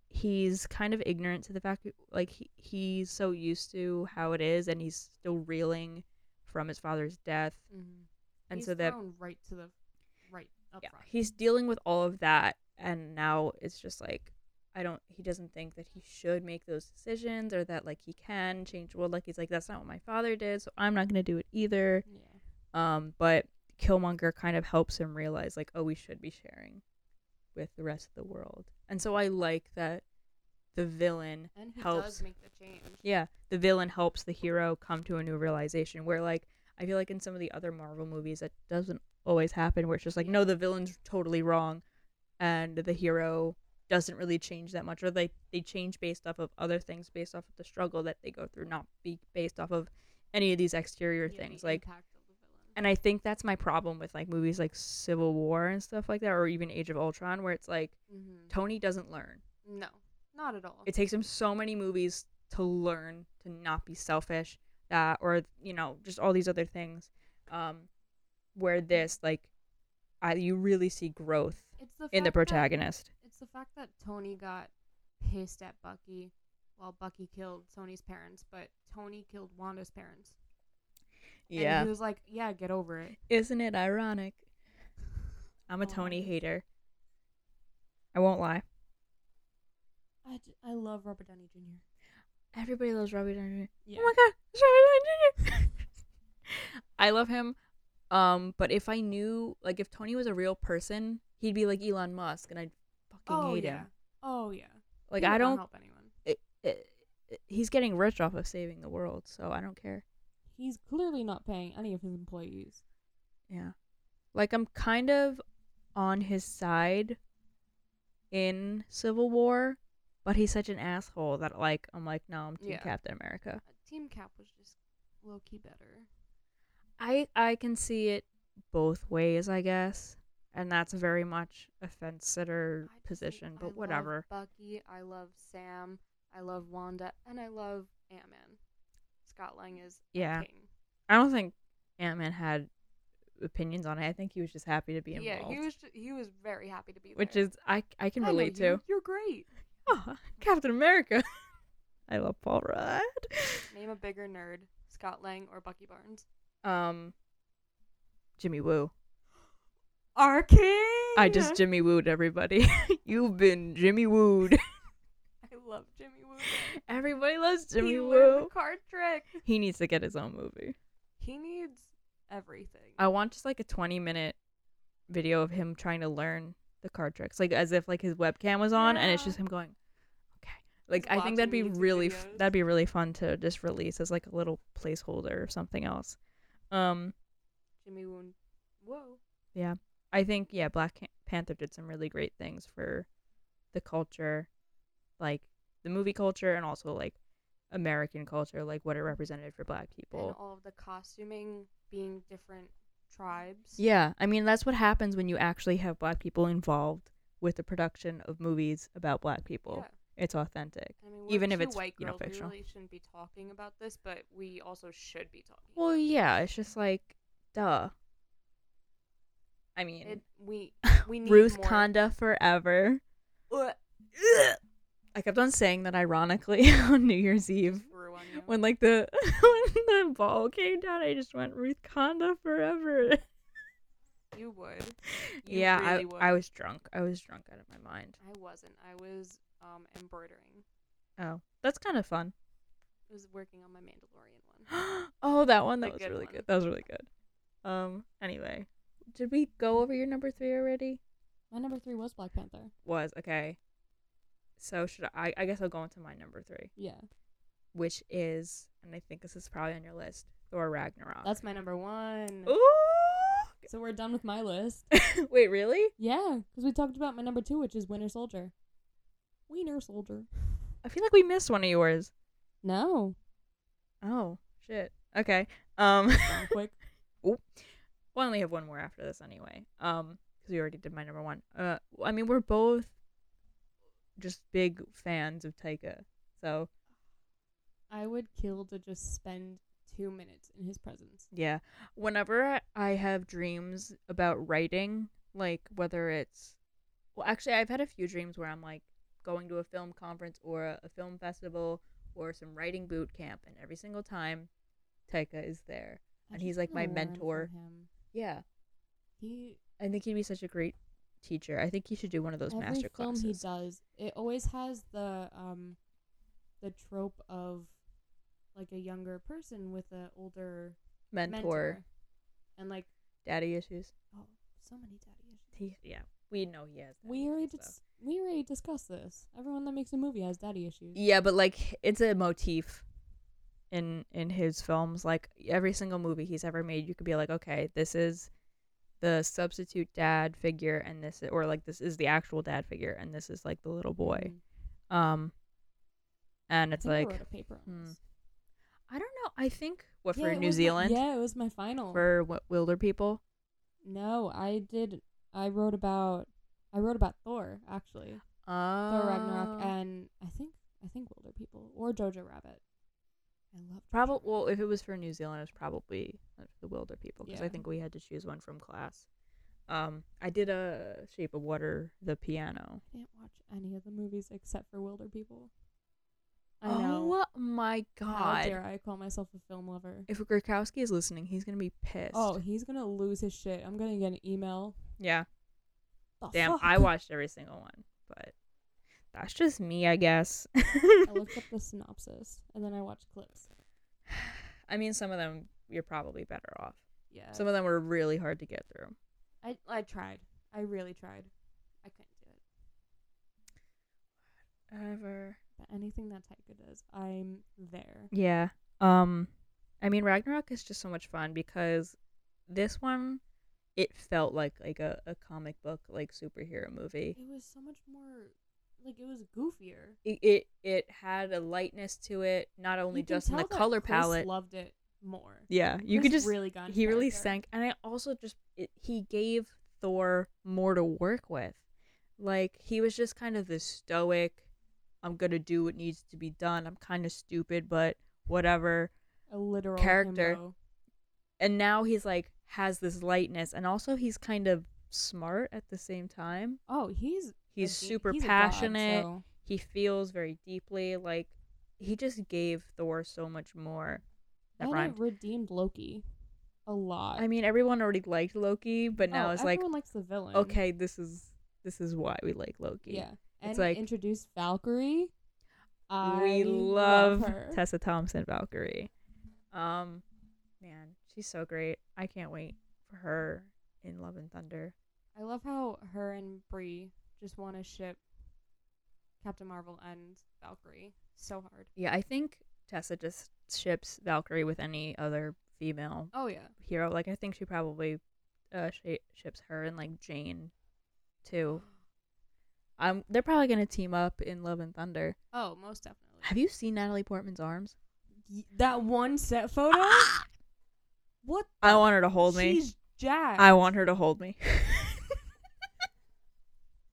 he's kind of ignorant to the fact like he, he's so used to how it is and he's still reeling from his father's death, Mm-hmm. and He's so that thrown right to the right up yeah, front. he's dealing with all of that, and now it's just like I don't. He doesn't think that he should make those decisions or that like he can change the world. Like he's like that's not what my father did, so I'm not gonna do it either. yeah. Um, but Killmonger kind of helps him realize like, oh, we should be sharing with the rest of the world. And so I like that the villain And he helps. does make the change. Yeah, the villain helps the hero come to a new realization where like I feel like in some of the other Marvel movies that doesn't always happen where it's just like no the villain's totally wrong and the hero doesn't really change that much or they they change based off of other things based off of the struggle that they go through not be based off of any of these exterior Yeah, things the like impact of the villain. and I think that's my problem with like movies like Civil War and stuff like that, or even Age of Ultron, where it's like Mhm. Tony doesn't learn. No, not at all. It takes him so many movies to learn to not be selfish, that or you know just all these other things. Um, where this like, I you really see growth it's the in the fact that- protagonist. it's the fact that Tony got pissed at Bucky while Bucky killed Tony's parents, but Tony killed Wanda's parents. And he was like, yeah, get over it. isn't it ironic? I'm a Oh. Tony hater. I won't lie. I, j- I love Robert Downey Jr. Everybody loves Robbie Downey. Yeah. Oh my god, it's Robert Downey Jr. (laughs) I love him. Um, but if I knew, like, if Tony was a real person, he'd be like Elon Musk, and I'd fucking oh, hate yeah. him. Oh, yeah. Like, He I would not don't. help anyone. it- it- he's getting rich off of saving the world, so I don't care. He's clearly not paying any of his employees. Yeah. Like I'm kind of on his side in Civil War, but he's such an asshole that like I'm like, no, I'm Team Yeah. Captain America. Uh, Team Cap was just low key better. I I can see it both ways, I guess. And that's very much a fence sitter I just, like, position, I but love whatever. Bucky, I love Sam, I love Wanda, and I love Ant Man. Scott Lang is a Yeah. king. I don't think Ant Man had opinions on it. I think he was just happy to be Yeah, involved. he was ju- he was very happy to be there. which is I I can I know relate (laughs) you. to. You're great. Oh, Captain America. (laughs) I love Paul Rudd. (laughs) Name a bigger nerd, Scott Lang or Bucky Barnes. Um Jimmy Woo. Our king. I just Jimmy Wooed everybody. (laughs) You've been Jimmy Wooed. (laughs) I love Jimmy Woo. (laughs) Everybody loves Jimmy he learned Woo. the card trick. He needs to get his own movie. He needs everything. I want just like a 20 minute video of him trying to learn the card tricks, like as if like his webcam was on and it's Yeah. just him going, okay. Like Just I think that'd be watching YouTube really f- videos. that'd be really fun to just release as like a little placeholder or something else. Um, Jimmy Woo. Whoa. I think yeah, Black Can- Panther did some really great things for the culture, like the movie culture, and also like American culture, like what it represented for Black people. And all of the costuming being different tribes. Yeah, I mean that's what happens when you actually have Black people involved with the production of movies about Black people. Yeah. It's authentic. I mean, Even we're if two it's, white you know, girls, fictional. we really shouldn't be talking about this, but we also should be talking. Well, about yeah, it's just like, duh. I mean, it. It- (laughs) we we need Ruth more. (laughs) Conda forever. Ugh, I kept on saying that ironically (laughs) on New Year's Eve. just threw on you. when like the (laughs) when the ball came down, I just went Ruth Conda forever. you would. You Yeah, really would. I I was drunk. I was drunk out of my mind. I wasn't. I was um embroidering. Oh, that's kind of fun. I was working on my Mandalorian one. (gasps) oh, that one The that was good really one. good. That was really good. Um. Anyway, did we go over your number three already? (gasps) My number three was Black Panther. Was okay. So should I? I guess I'll go into my number three, Yeah, which is, and I think this is probably on your list, Thor Ragnarok. (gasps) that's my number one. Ooh. so we're done with my list. Wait, really? Yeah, because we talked about my number two, which is Winter Soldier. Wiener Soldier. I feel like we missed one of yours. No, Oh shit. Okay. Um. (laughs) (laughs) Sound quick. Well, I only have one more after this anyway. Um, because we already did my number one. Uh, I mean, we're both just big fans of Taika, so I would Kill to just spend two minutes in his presence. yeah. Whenever I- I have dreams about writing, like whether it's well, actually, I've had a few dreams where I'm like going to a film conference or a, a film festival or some writing boot camp, and every single time, Taika is there. I And just he's, like, my wanna learn mentor. from him. Yeah, He I think he'd be such a great teacher. I think he should do one of those every master film classes. he does, it always has the um, the trope of like a younger person with an older mentor, mentor, and like daddy issues. oh, so many daddy issues. He, yeah, we know he has. daddy We already issues, dis- we already discussed this. Everyone that makes a movie has daddy though. issues. Yeah, but like it's a motif in in his films. Like every single movie he's ever made, you could be like, okay, this is the substitute dad figure, and this, or like this is the actual dad figure, and this is like the little boy. Mhm. Um, and I it's think I like wrote a paper on hmm. this. I don't know. I think what Yeah, for it New was my- Zealand yeah, it was my final. for what wilder people. no, I did. I wrote about. I wrote about Thor actually. Oh, Thor Ragnarok and I think I think Wilder People or Jojo Rabbit. I love. Jojo Probably. Rabbit. Well, if it was for New Zealand, it was probably uh, the Wilder people because I Yeah. think we had to choose one from class. Um, I did a Shape of Water, the piano. I didn't watch any of the movies except for Wilder People. I know. Oh my How god! dare I call myself a film lover? If Gurkowski is listening, he's gonna be pissed. Oh, he's gonna lose his shit. I'm gonna get an email. (laughs) yeah. The Damn, fuck? I watched every single one, but that's just me, I guess. (laughs) I looked up the synopsis and then I watched clips. I mean, some of them you're probably better off. Yeah. Some of them were really hard to get through. I I tried. I really tried. I couldn't do it. Ever. But anything that Taika does, I'm there. Yeah. Um I mean Ragnarok is just so much fun because this one it felt like like a, a comic book like superhero movie. It was so much more like it was goofier. It it, it had a lightness to it, not only You can just in the tell that color Chris palette. Loved it more. yeah, you could Chris just really got. into he really character. sank and I also just it, he gave Thor more to work with. Like he was just kind of this stoic I'm going to do what needs to be done. I'm kind of stupid, but whatever. a literal character. himbo. and now he's like has this lightness and also he's kind of smart at the same time Oh, he's a he's gen- super he's a god, passionate so- he feels very deeply like he just gave thor so much more that and rhymed. it redeemed Loki a lot. i mean everyone already liked loki but now Oh, it's like everyone likes the villain. okay this is this is why we like loki yeah, and It's he like- introduced Valkyrie. I we love, her. tessa thompson valkyrie um man she's so great i can't wait for her in love and thunder I love how her and Brie just want to ship Captain Marvel and Valkyrie so hard. Yeah, I think Tessa just ships Valkyrie with any other female Oh yeah, hero. Like, I think she probably uh, sh- ships her and like Jane too. Um, they're probably gonna team up in Love and Thunder. oh most definitely. Have you seen Natalie Portman's arms? Y- that one set photo. Ah, what? (gasps) I want her to hold Uh, me. She's jacked. I want her to hold (laughs) me.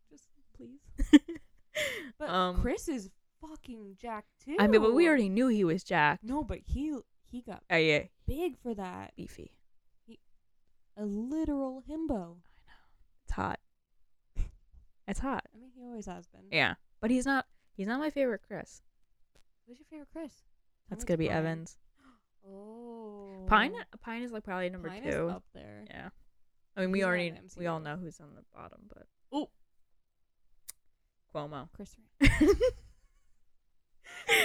Just please. But Um, Chris is fucking jacked too. I mean, but we already knew he was jacked. No, but he he got Oh yeah, big for that. beefy. A literal himbo. It's (laughs) hot. It's hot. I mean, he always has been. Yeah, but he's not. He's not my favorite Chris. Who's your favorite Chris? Tell That's me gonna be Pine. Evans. Oh. Pine. Pine is like probably number Pine two. is up there. Yeah. I mean, we He's not already an we all MCU. know who's on the bottom, but Oh. (laughs) Cuomo. Chris Rand.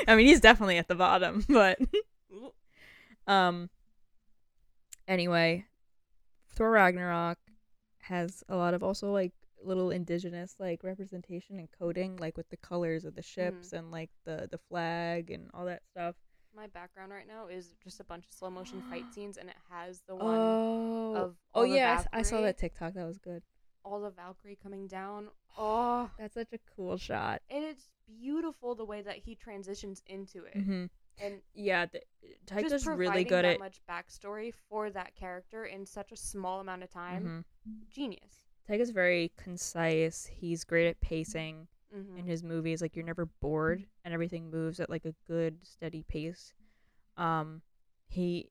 I mean, he's definitely at the bottom, (laughs) but Ooh. um. Anyway, Thor Ragnarok has a lot of also like little indigenous like representation and coding, like with the colors of the Mm-hmm. ships and like the the flag and all that stuff. My background right now is just a bunch of slow motion (gasps) fight scenes, and it has the one Oh, of oh all the yeah, I s- I saw Valkyrie. that TikTok. That was good. all the Valkyrie coming (gasps) down. Oh, That's such a cool shot. and it's beautiful the way that he transitions into it, hmm and Yeah, the, just Taika's providing really good that at much backstory for that character in such a small amount of time. Mhm. Genius. Taika's very concise. He's great at pacing Mm-hmm. in his movies. Like you're never bored, and everything moves at like a good, steady pace. Um, he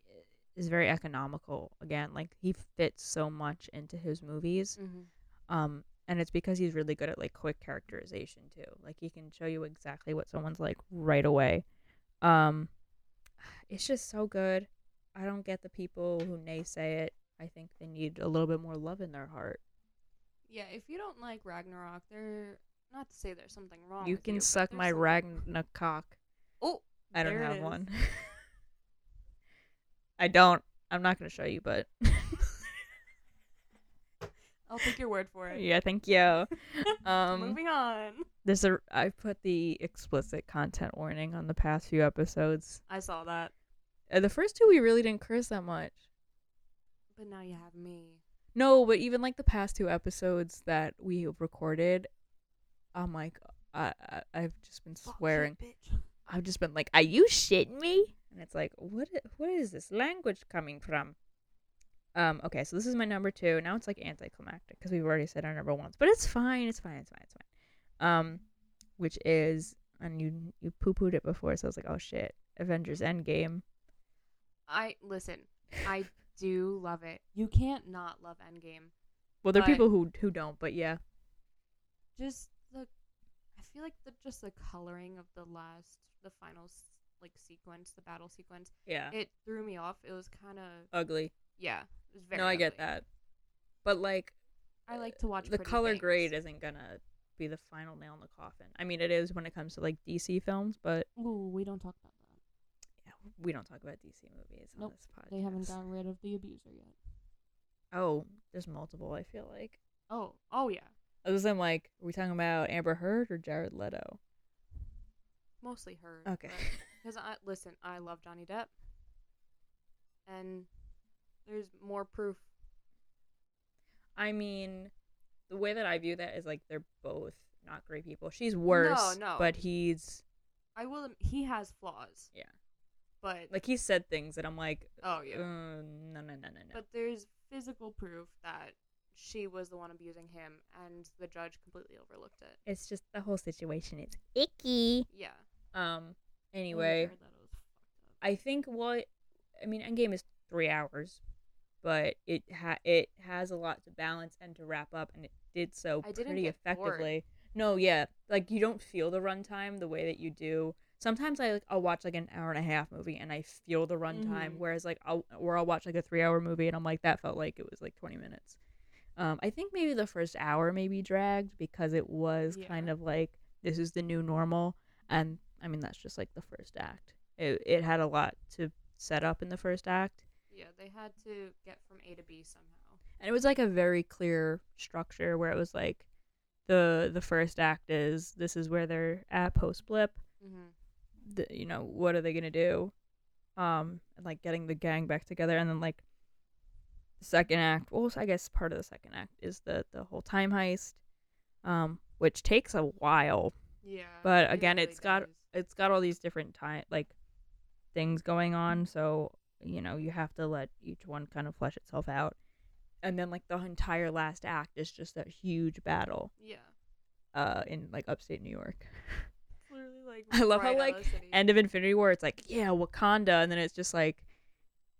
is very economical. Again, like he fits so much into his movies. Mm-hmm. Um, and it's because he's really good at like quick characterization too. Like he can show you (sighs) exactly what someone's like right away. Um, it's just so good. I don't get the people who naysay it. I think they need a little bit more love in their heart. Yeah, if you don't like Ragnarok, there not to say there's something wrong. you with can you, but suck there's my some- Ragnarok cock. Oh, I don't there it have is. (laughs) one. I don't. I'm not gonna show you, but (laughs) I'll take your word for (laughs) it. yeah, thank (laughs) you. Um, Moving on. there's a. I put the explicit content warning on the past few episodes. I saw that, Uh, the first two we really didn't curse that much. but now you have me. No, but even like the past two episodes that we have recorded, I'm like, I, I I've just been Fuck you, swearing. bitch. I've just been like, "Are you shitting me?" And it's like, "What? i- What is this language coming from?" Um. Okay, so this is my number two. Now it's like anticlimactic because we've already said our number ones, but it's fine. It's fine. It's fine. It's fine. Um, which is, and you you poo pooed it before, so I was like, "Oh shit, Avengers Endgame." I listen. (laughs) I do love it. You can't. Not love Endgame. Well, there are Right. people who who don't, but yeah, Just the. I feel like the just the coloring of the last, the final, s- like sequence, the battle sequence. yeah, It threw me off. It was kind of ugly. yeah. It was very. no, I get ugly. that, but like I like to watch the pretty color things. grade isn't gonna be the final nail in the coffin. I mean, it is when it comes to like DC films, but Ooh, we don't talk about that. Yeah, we don't talk about DC movies on Nope, this podcast. They haven't gotten rid of the abuser yet. Oh, there's multiple. I feel like. Oh, oh yeah. Other than like, are we talking about Amber Heard or Jared Leto? Mostly her. (laughs) Okay. Because I listen, I love Johnny Depp, and there's more proof. I mean, the way that I view that is like they're both not great people. She's worse. no. But he's I will. am- He has flaws. Yeah. But like he said things that I'm like, oh yeah. uh, no, no, no, no, no. But there's physical proof that she was the one abusing him, and the judge completely overlooked it. it's just the whole situation. It's icky. Yeah. Um. Anyway, I think what I mean, Endgame is three hours, but it ha- it has a lot to balance and to wrap up, and it did so I didn't pretty get bored. effectively. No, yeah, like you don't feel the runtime the way that you do. Sometimes I like I'll watch like an hour and a half movie and I feel the runtime, Mhm. whereas like I'll or I'll watch like a three hour movie and I'm like that felt like it was like twenty minutes. Um, I think maybe the first hour maybe dragged because it was Yeah. kind of like this is the new normal, and I mean that's just like the first act. It it had a lot to set up in the first act, Yeah, they had to get from A to B somehow. and it was like a very clear structure where it was like the the first act is this is where they're at post blip. Mm-hmm. th- you know what are they gonna do um and like getting the gang back together and then like the second act well i guess part of the second act is the the whole time heist um which takes a while Yeah. But it again, really it's got- does. it's got all these different time like things going on so you know you have to let each one kind of flesh itself out and then like the entire last act is just that huge battle Yeah. uh in like upstate new york (laughs) It's Literally, like I love right how out like of the city. end of Infinity War, it's like yeah, Wakanda, and then it's just like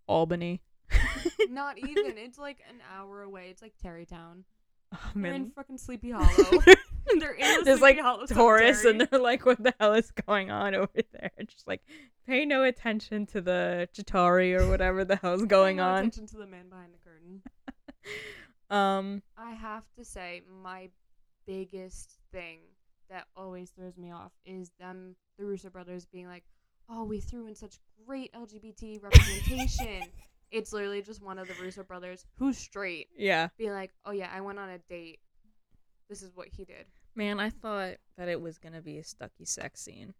Albany. (laughs) Not (laughs) even. It's like an hour away. It's like Terrytown. I'm They're in in fucking Sleepy (laughs) Hollow. They're in the There's Sleepy like Hollow Taurus, and cemetery. they're like, "What the hell is going on over there?" (laughs) It's Just like pay no attention to the Chitari or whatever the hell's going Pay no on. Attention to the man behind the curtain. Um, I have to say, my biggest thing that always throws me off is them, the Russo brothers, being like, "Oh, we threw in such great (laughs) LGBT representation." it's literally just one of the Russo brothers who's straight, yeah, being like, "Oh yeah, I went on a date. This is what he did." man, I thought that it was gonna be a Stucky sex scene.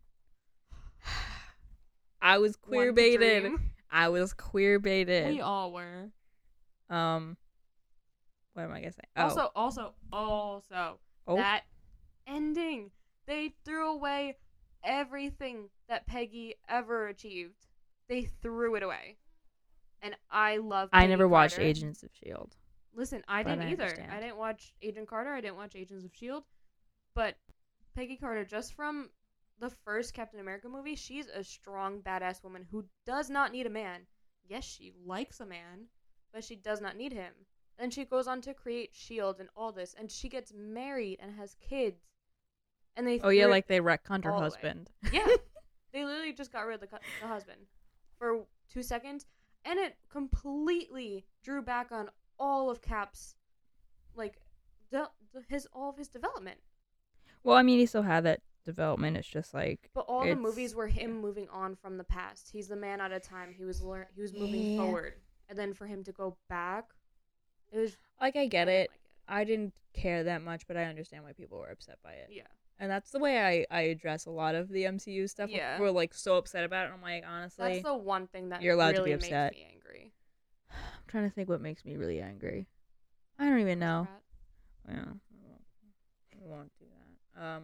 I was (sighs) One queer could baited. (laughs) dream. I was queer baited. (laughs) We all were. Um, what am I gonna say? Oh, Also, also, also, oh, that ending. They threw away everything that Peggy ever achieved. They threw it away. And I love. I Peggy never watched Carter. Agents of Shield. Listen, I but didn't I either. I understand. didn't watch Agent Carter. I didn't watch Agents of Shield. But Peggy Carter, just from the first Captain America movie, she's a strong, badass woman who does not need a man. Yes, she likes a man, but she does not need him. Then she goes on to create Shield E and all this, and she gets married and has kids. And they Oh yeah, threw- like they retconned her all the way. husband. yeah, they literally just got rid of the, cu- the husband for two seconds, and it completely drew back on all of Cap's, like, de- his all of his development. Well, I mean, he still had that development. It's just like But all It's- the movies were him moving on from the past. He's the man out of time. He was learn. He was moving Yeah. forward, and then for him to go back, it was. oh like I get I don't it. like I didn't care that much, but I understand why people were upset by it. Yeah. And that's the way I, I address a lot of the MCU stuff. Yeah. We're like so upset about it. and I'm like, honestly, That's the one thing that you're allowed to be really upset. makes me angry. I'm trying to think what makes me really angry. I don't even know. Pratt. Yeah, I won't, I won't do that. Um,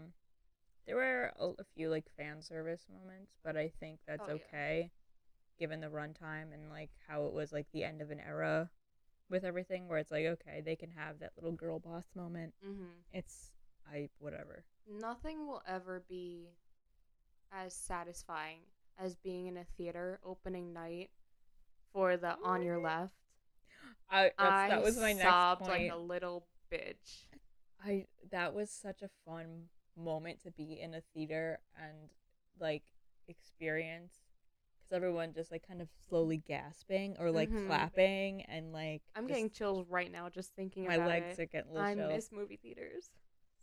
there were a, a few like fan service moments, but I think that's Oh, yeah. okay, given the runtime and like how it was like the end of an era with everything, where it's like okay, they can have that little girl boss moment. Mhm. It's I whatever. Nothing will ever be as satisfying as being in a theater opening night for the on your left. I that's, I that was my next sobbed point. like a little bitch. I that was such a fun moment to be in a theater and like experience because everyone just like kind of slowly gasping or like Mhm. clapping and like I'm just- getting chills right now just thinking my about legs it. are getting a I little chills. miss movie theaters.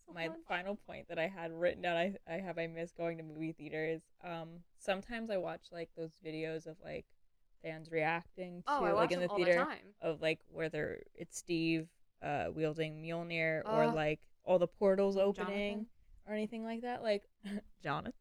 so my (laughs) much. final point that I had written down I, I have I miss going to movie theaters. Um sometimes I watch like those videos of like fans reacting to Oh, I watch like in them the all theater the time. of like whether it's Steve uh, wielding Mjolnir or Ugh. like all the portals Uh, Jonathan? opening or anything like that. Like (laughs) Jonathan.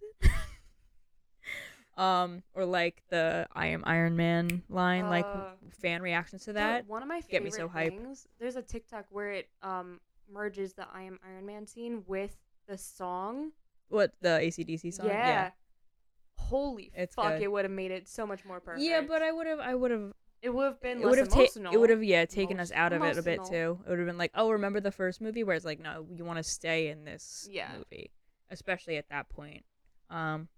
um, or like the I am Iron Man line, like Uh, fan reactions to Dude, that. one of my favorite get me so hype. things. There's a TikTok where it um merges the I am Iron Man scene with the song. What the ACDC song? yeah. Holy It's fuck! good. It would have made it so much more perfect. Yeah, but I would have, I would have, it would have been it would less have, ta- emotional. it would have, yeah, taken us Emotion- out of it a bit emotional. too. It would have been like, oh, remember the first movie where it's like, no, you want to stay in this Yeah. movie, especially at that point. Um,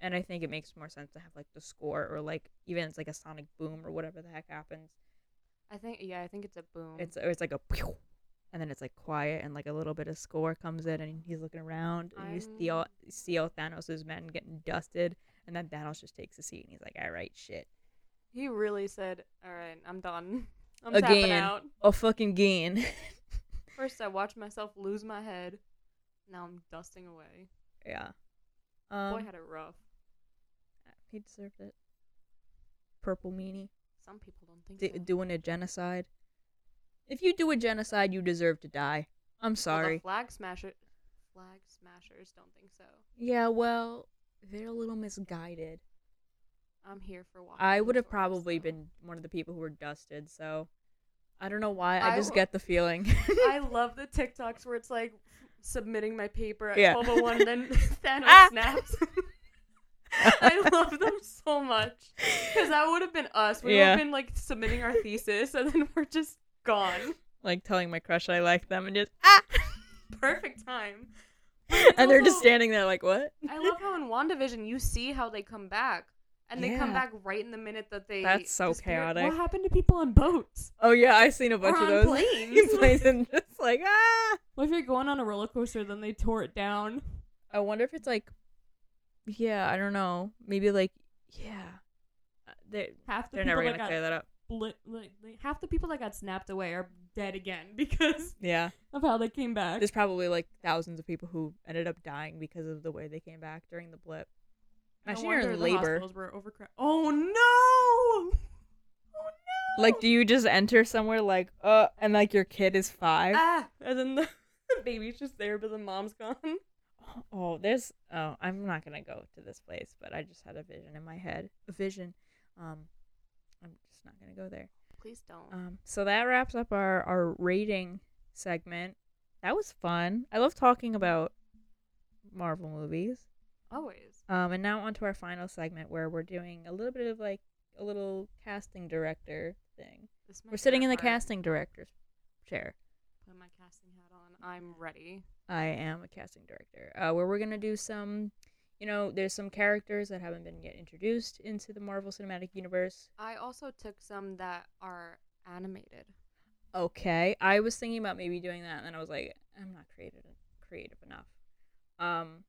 and I think it makes more sense to have like the score or like even it's like a sonic boom or whatever the heck happens. I think yeah, I think it's a boom. It's or it's like a pew, and then it's like quiet and like a little bit of score comes in and he's looking around and you see all you see all Thanos' men getting dusted and then Thanos just takes a seat and he's like, all right, shit. he really said, "All right, I'm done. (laughs) I'm tapping Again. out." Oh fucking gain. (laughs) First, I watched myself lose my head. Now I'm dusting away. yeah. Um, Boy had it rough. he deserved it. Purple meanie. Some people don't think D- so. doing a genocide. If you do a genocide, you deserve to die. I'm Well, sorry. the flag smasher, flag smashers don't think so. yeah, well, they're a little misguided. I'm here for walking. I would have Torres, probably though. been one of the people who were dusted, so I don't know why. I, I just w- get the feeling. (laughs) I love the TikToks where it's like submitting my paper at Yeah. 1201 and then (laughs) Thanos (laughs) Ah. snaps. I love them so much because that would have been us. We Yeah. would have been like submitting our thesis and then we're just gone. (laughs) like telling my crush I like them and just ah, Perfect time. (laughs) and they're (laughs) just also- standing there like what? I love how in WandaVision you see how they come back. And they come Yeah. back right in the minute that they. That's so chaotic. What happened to people on boats? Oh yeah, I've seen a bunch Or of on those. (laughs) planes. planes and just like ah. What if you're going on a roller coaster, then they tore it down? I wonder if it's like, yeah, I don't know. Maybe like, yeah, Uh, they Half the they're people never that gonna got clear that up. blit, like, like, half the people that got snapped away are dead (laughs) again because Yeah, of how they came back. there's probably like thousands of people who ended up dying because of the way they came back during the blip. No Actually, wonder you're in the labor. hospitals were overcrowded. Oh no! Oh no! Like, do you just enter somewhere like, uh, and like your kid is five? Uh, Ah! And then the, the baby's just there, but the mom's gone. Oh, there's. Oh, I'm not gonna go to this place, but I just had a vision in my head. A vision. Um, I'm just not gonna go there. Please don't. Um, so that wraps up our our rating segment. That was fun. I love talking about Marvel movies. Always. Um, and now on to our final segment where we're doing a little bit of like a little casting director thing. This is my We're sitting in the favorite part. casting director's chair. Put my casting hat on. I'm ready. I am a casting director. Uh, where we're gonna do some, you know, there's some characters that haven't been yet introduced into the Marvel Cinematic Universe. I also took some that are animated. okay i was thinking about maybe doing that and then i was like i'm not creative creative enough um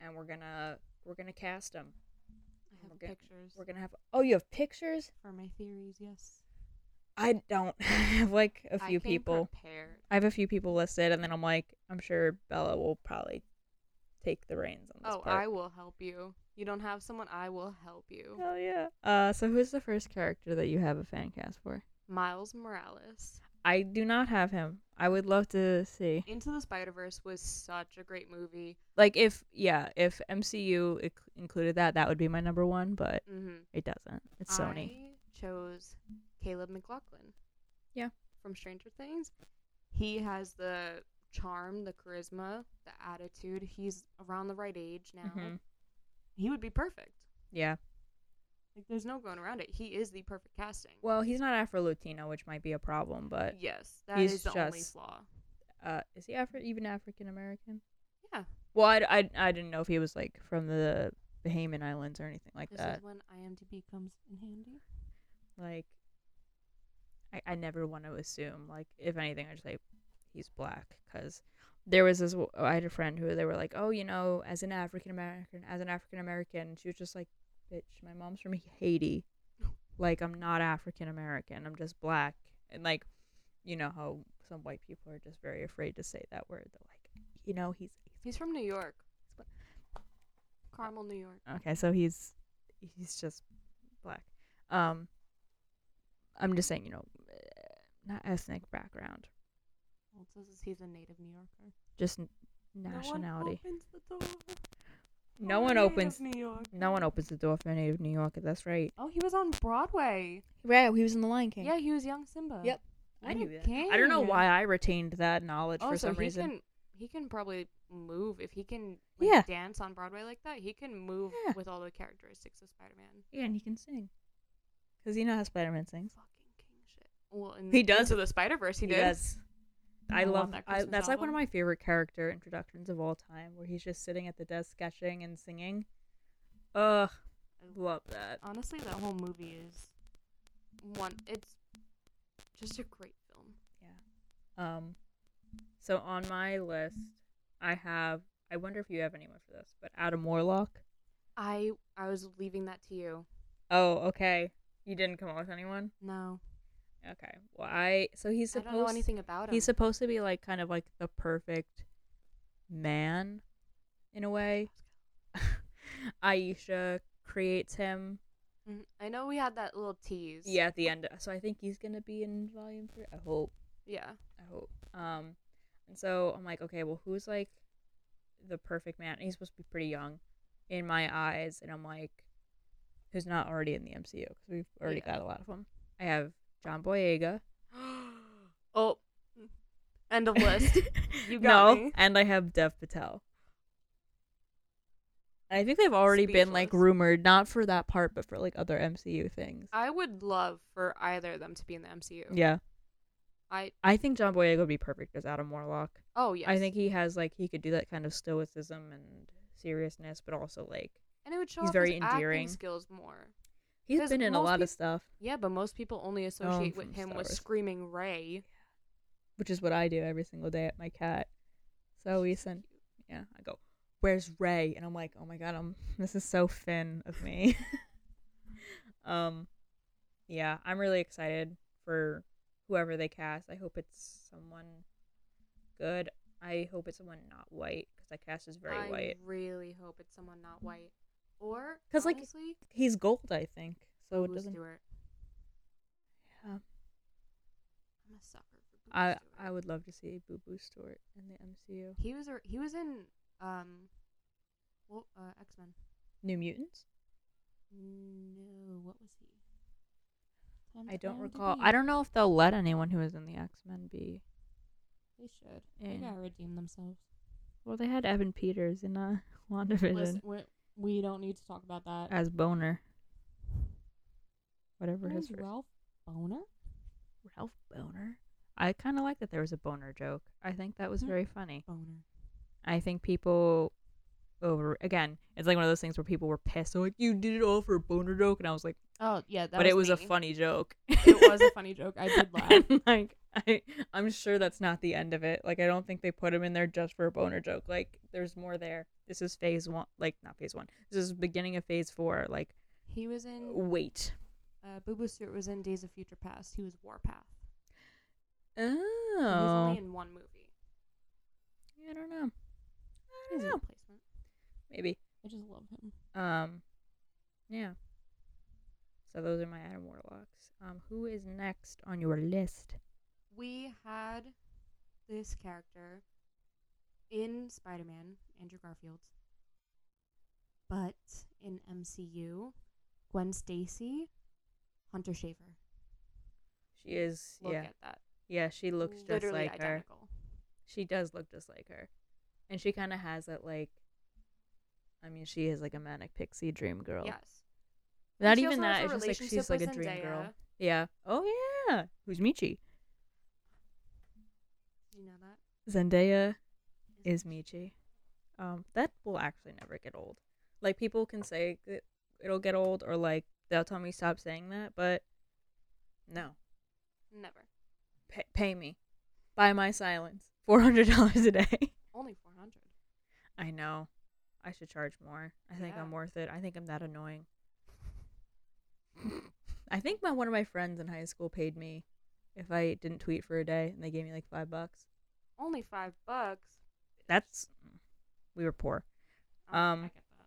and we're gonna we're gonna cast them I have We're gonna- pictures We're gonna have. Oh, you have pictures? for my theories. Yes, I don't. (laughs) I have like a I few came people. prepared. I have a few people listed, and then I'm like, I'm sure Bella will probably take the reins on this Oh, I part. will help you. You don't have someone. I will help you. Hell yeah. Uh, so who's the first character that you have a fan cast for? Miles Morales. I do not have him. I would love to see. Into the Spider Verse was such a great movie. Like if yeah, if MCU inc- included that, that would be my number one, but Mm-hmm. it doesn't. It's Sony. I chose Caleb McLaughlin. Yeah. From Stranger Things. He has the charm, the charisma, the attitude. He's around the right age now. Mhm. He would be perfect. Yeah. Like there's no going around it. He is the perfect casting. Well, he's not Afro Latino, which might be a problem, but yes, that he's is the only just- flaw. uh, is he Afri- even African American? Yeah. Well, I, I, I didn't know if he was like from the Bahamian Islands or anything like This that. is when IMDb comes in handy. like I, I never want to assume like if anything i just say he's black because there was this w- i had a friend who they were like oh you know as an african american as an african american she was just like bitch my mom's from haiti like i'm not african american i'm just black and like you know how some white people are just very afraid to say that word they're like you know he's, He's from New York. Carmel, New York. okay so he's he's just black um i'm just saying you know not ethnic background Well, it says he's a native New Yorker. just n- No one nationality. opens the door. No I'm a one, native opens. New York. No one opens the door for any of New York. That's right. Oh, he was on Broadway. Right. He was in the Lion King. Yeah, he was young Simba. Yep. I What a knew that. I don't know king. why I retained that knowledge for Also, some Oh, he reason. can he can probably move if he can like, Yeah. dance on Broadway like that. He can move Yeah. with all the characteristics of Spider-Man. Yeah, and he can sing. Cause you know how Spider Man sings. Fucking king shit. Well, in He does. Into the Spider-Verse, he, did. does. I, I want love that that. I, Christmas that's like one of album. my favorite character introductions of all time, where he's just sitting at the desk sketching and singing. Ugh, I love that. Honestly, that whole movie is one. It's just a great film. Um, so on my list, I have. I wonder if you have anyone for this, but Adam Warlock. I I was leaving that to you. Oh, okay. You didn't come up with anyone. No, Okay. Well, I so he's I supposed don't know anything about him. he's supposed to be like kind of like the perfect man, in a way. (laughs) Aisha creates him. Mhm. I know we had that little tease. Yeah, at the end. So I think he's gonna be in volume three. I hope. Yeah. I hope. Um, and so I'm like, okay, well, who's like the perfect man? And he's supposed to be pretty young, in my eyes, and I'm like, who's not already in the MCU? Because we've already Yeah. got a lot of them. I have John Boyega. (gasps) oh, end of (laughs) (laughs) list. You got no, me. and I have Dev Patel. I think they've already been like Speechless. rumored, not for that part, but for like other MCU things. I would love for either of them to be in the MCU. Yeah, I I think John Boyega would be perfect as Adam Warlock. oh yes. I think he has like he could do that kind of stoicism and seriousness, but also like and it would show he's off very his endearing. acting skills more. he's 'Cause been in a most lot peop- of stuff, Yeah, but most people only associate Oh, from with him Star with Wars. screaming Ray. which is what I do every single day at my cat. So we send, yeah, I go, "Where's Ray?" And I'm like, "Oh my god, I'm (laughs) this is so Finn of me." (laughs) um, yeah, I'm really excited for whoever they cast. I hope it's someone good. I hope it's someone not white because that cast is very I white. Mm-hmm. really hope it's someone not white. Or 'Cause, because like, like honestly, He's gold, I think, so it Blue doesn't. Stewart. Yeah. I'm a sucker for Blue I Stewart. I would love to see Boo Boo Stewart in the MCU. He was a- he was in um, well, uh, X Men. New Mutants? No, what was he? I don't recall. I don't know if they'll let anyone who was in the X Men be. They should. in. They gotta redeem themselves. Well, they had Evan Peters in uh, (laughs) WandaVision Listen, we we don't need to talk about that. as Boner. Whatever his Name's first. Ralph Boner. Ralph Boner. I kind of like that there was a boner joke. I think that was Mm. very funny. Boner. I think people over again. It's like one of those things where people were pissed. They're like, "You did it all for a boner joke," and I was like, Oh yeah, "But it was a funny joke." (laughs) it was a funny joke. I did laugh. And, like I, I'm sure that's not the end of it. Like, I don't think they put him in there just for a boner joke. Like, there's more there. This is phase one. Like, not phase one. This is beginning of phase four. Like, He was in. wait. Uh, Boo Boo Stewart was in Days of Future Past. He was Warpath. He was Oh. only in one movie. I don't know. I He's don't a know. replacement. Maybe. I just love him. Um, yeah. So those are my Adam Warlocks. Um, who is next on your list? We had this character in Spider Man, Andrew Garfield's. But in MCU, Gwen Stacy, Hunter Shaver. She is, Look yeah, at that. yeah. She looks just Literally like her. identical. She does look just like her, and she kind of has that like. I mean, she is like a manic pixie dream girl. Yes. And Not she even also has that. a It's just like relationship she's like a with dream girl. Zendaya. Yeah. Oh yeah. Who's Michi? You know that? Zendaya is Michi. Um, that will actually never get old. Like people can say that it'll get old, or like they'll tell me stop saying that, but no, Never. Pa pay me, buy my silence, (laughs) four hundred dollars a day. Only 400. I know, I should charge more. I think Yeah. I'm worth it. I think I'm that annoying. (laughs) I think my one of my friends in high school paid me if I didn't tweet for a day, and they gave me like five bucks. Only 5 bucks. That's we were poor. Oh, Um, I get that.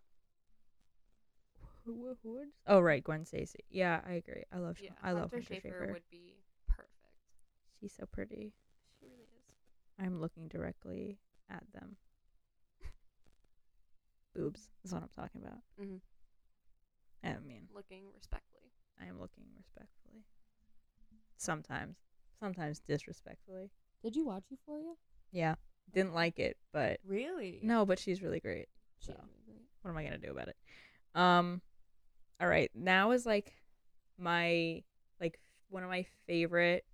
Who, who, who would- Oh right, Gwen Stacy. Yeah, I agree. I love. Sh- Yeah, I love Hunter Schafer would be perfect. She's so pretty. She really is. I'm looking directly at (laughs) them. Boobs is what I'm talking about. Mhm. I mean, Looking respectfully. I am looking respectfully. Sometimes, sometimes disrespectfully. Did you watch Euphoria? Yeah, didn't like it, but Really? no, but she's really great. She So. was really great. what am I gonna do about it? Um, all right, now is like my like one of my favorite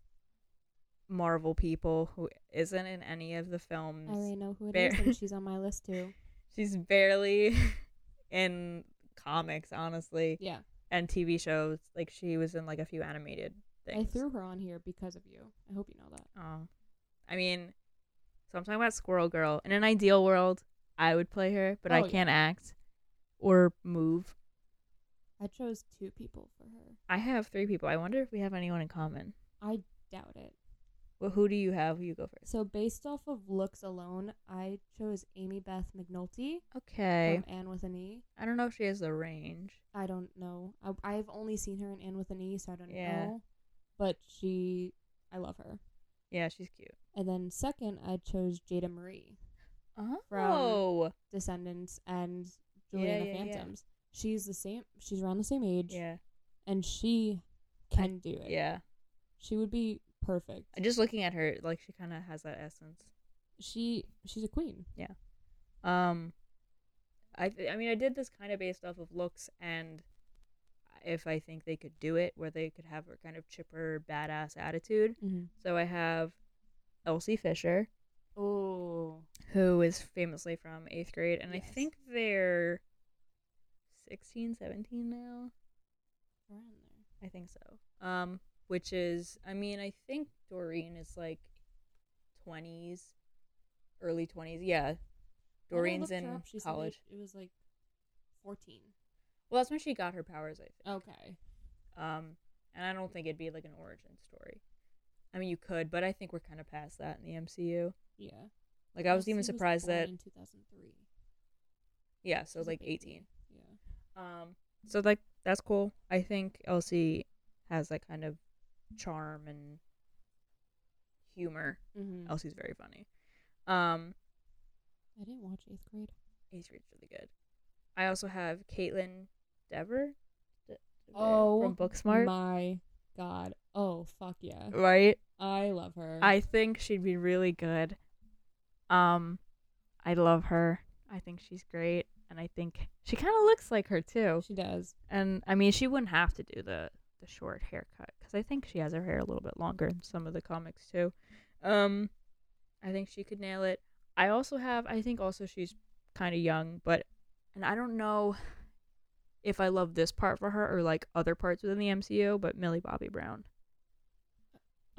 Marvel people who isn't in any of the films. I already know who it Mm. Bear. is, and she's on my (laughs) list too. She's barely (laughs) in comics, honestly, Yeah, and TV shows. Like she was in like a few animated things. I threw her on here because of you. I hope you know that. Oh, I mean, so I'm talking about Squirrel Girl. In an ideal world, I would play her, but I Oh, yeah. can't act or move. I chose two people for her. I have three people. I wonder if we have anyone in common. I doubt it. Well, who do you have? You go first. So based off of looks alone, I chose Amy Beth McNulty Okay. from Anne with an E. I don't know if she has the range. I don't know. I, I've only seen her in Anne with an E, so I don't Yeah. know. But she, I love her. Yeah, she's cute. And then second, I chose Jada Marie, Uh-huh. Oh. Descendants, and Juliana yeah, yeah. Phantoms. She's the same. She's around the same age, Yeah. and she can do it. Yeah. She would be perfect. Just looking at her, like she kind of has that essence. she she's a queen. Um, I th- I mean, I did this kind of based off of looks and if I think they could do it, where they could have a kind of chipper, badass attitude. Mm-hmm. So I have Elsie Fisher. Oh. who is famously from eighth grade and i Yes. think they're 16 17 now Around there. i think so um which is i mean i think doreen is like 20s early 20s yeah When I doreen's looked her in up, she said that college It was like fourteen. well that's when she got her powers i think Okay. um and i don't think it'd be like an origin story i mean you could but i think we're kind of past that in the mcu Yeah. like i was Elsie even surprised born that in two thousand three. yeah so like 18 Yeah. Um, so like that's cool. I think Elsie has that kind of charm and humor. Mm-hmm. Elsie's very funny. Um, I didn't watch eighth grade. eighth grade's really good. I also have Caitlin Dever. De- Dever Oh, from Booksmart, My God. Oh fuck yeah. right? I love her. I think she'd be really good. Um, I love her. I think she's great, and I think she kind of looks like her too. she does. And I mean, she wouldn't have to do the the short haircut because I think she has her hair a little bit longer in some of the comics too. Um, I think she could nail it. I also have. I think also she's kind of young, but and I don't know if I love this part for her or like other parts within the MCU. But Millie Bobby Brown.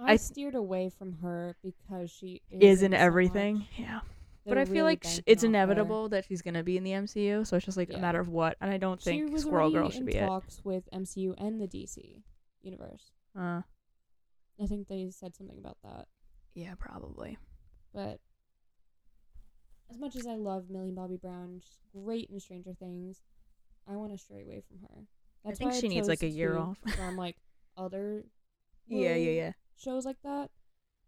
I, I- steered away from her because she is in in so everything. much. Yeah. They're But I feel really like sh- banking it's on her. inevitable that she's going to be in the MCU, so it's just like Yeah. a matter of what. And I don't She think was Squirrel already Girl should in be it. talks with MCU and the DC universe. Uh, I think they said something about that. yeah, probably. But as much as I love Millie Bobby Brown, she's great in Stranger Things. I want to stray away from her. That's think why she needs, like, chose a year to- off. from like other Yeah, yeah, little yeah. shows like that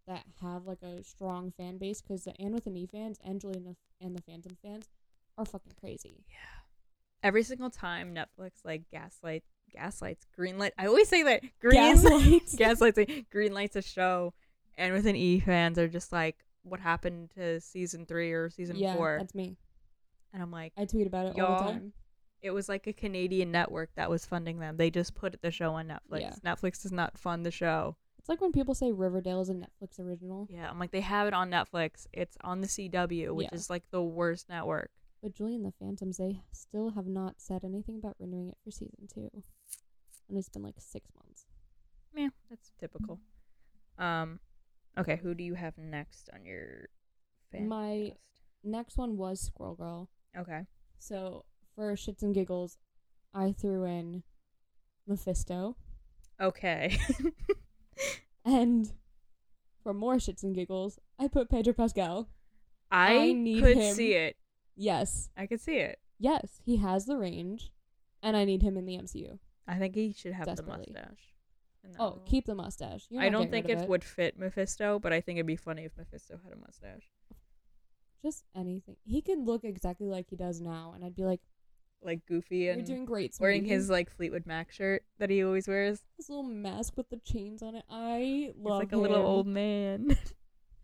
that have like a strong fan base because the Anne with an E fans, Angelina and the Phantom fans are fucking crazy. Every single time Netflix like gaslight gaslights greenlight. I always say that greens (laughs) (laughs) Gaslights. gaslights like, greenlights a show, and with an E fans are just like what happened to season three or season yeah, four, that's me. and I'm like. I tweet about it all Y'all, the time. it was like a Canadian network that was funding them. They just put the show on Netflix. Yeah. Netflix does not fund the show. It's like when people say Riverdale is a Netflix original, Yeah, I'm like they have it on Netflix. It's on the CW, which Yeah. is like the worst network. but Julie and the Phantoms they still have not said anything about renewing it for season two, and it's been like six months. Yeah, that's typical. Um, okay, who do you have next on your fan My- cast? Next one was Squirrel Girl. Okay. So for shits and giggles, I threw in Mephisto. Okay. (laughs) And for more shits and giggles, I put Pedro Pascal. I, I need could him. see it. Yes. I could see it. Yes, he has the range. And I need him in the MCU. I think he should have the Desperately. mustache. in that Oh, role. keep the mustache. You're I not don't getting think rid it, of would fit Mephisto, but I think it'd be funny if Mephisto had a mustache. Just anything. He could look exactly like he does now, and I'd be like, Like goofy "You're and doing great." wearing sweetie." his like Fleetwood Mac shirt that he always wears. His little mask with the chains on it. I He's love. like a little him. old man.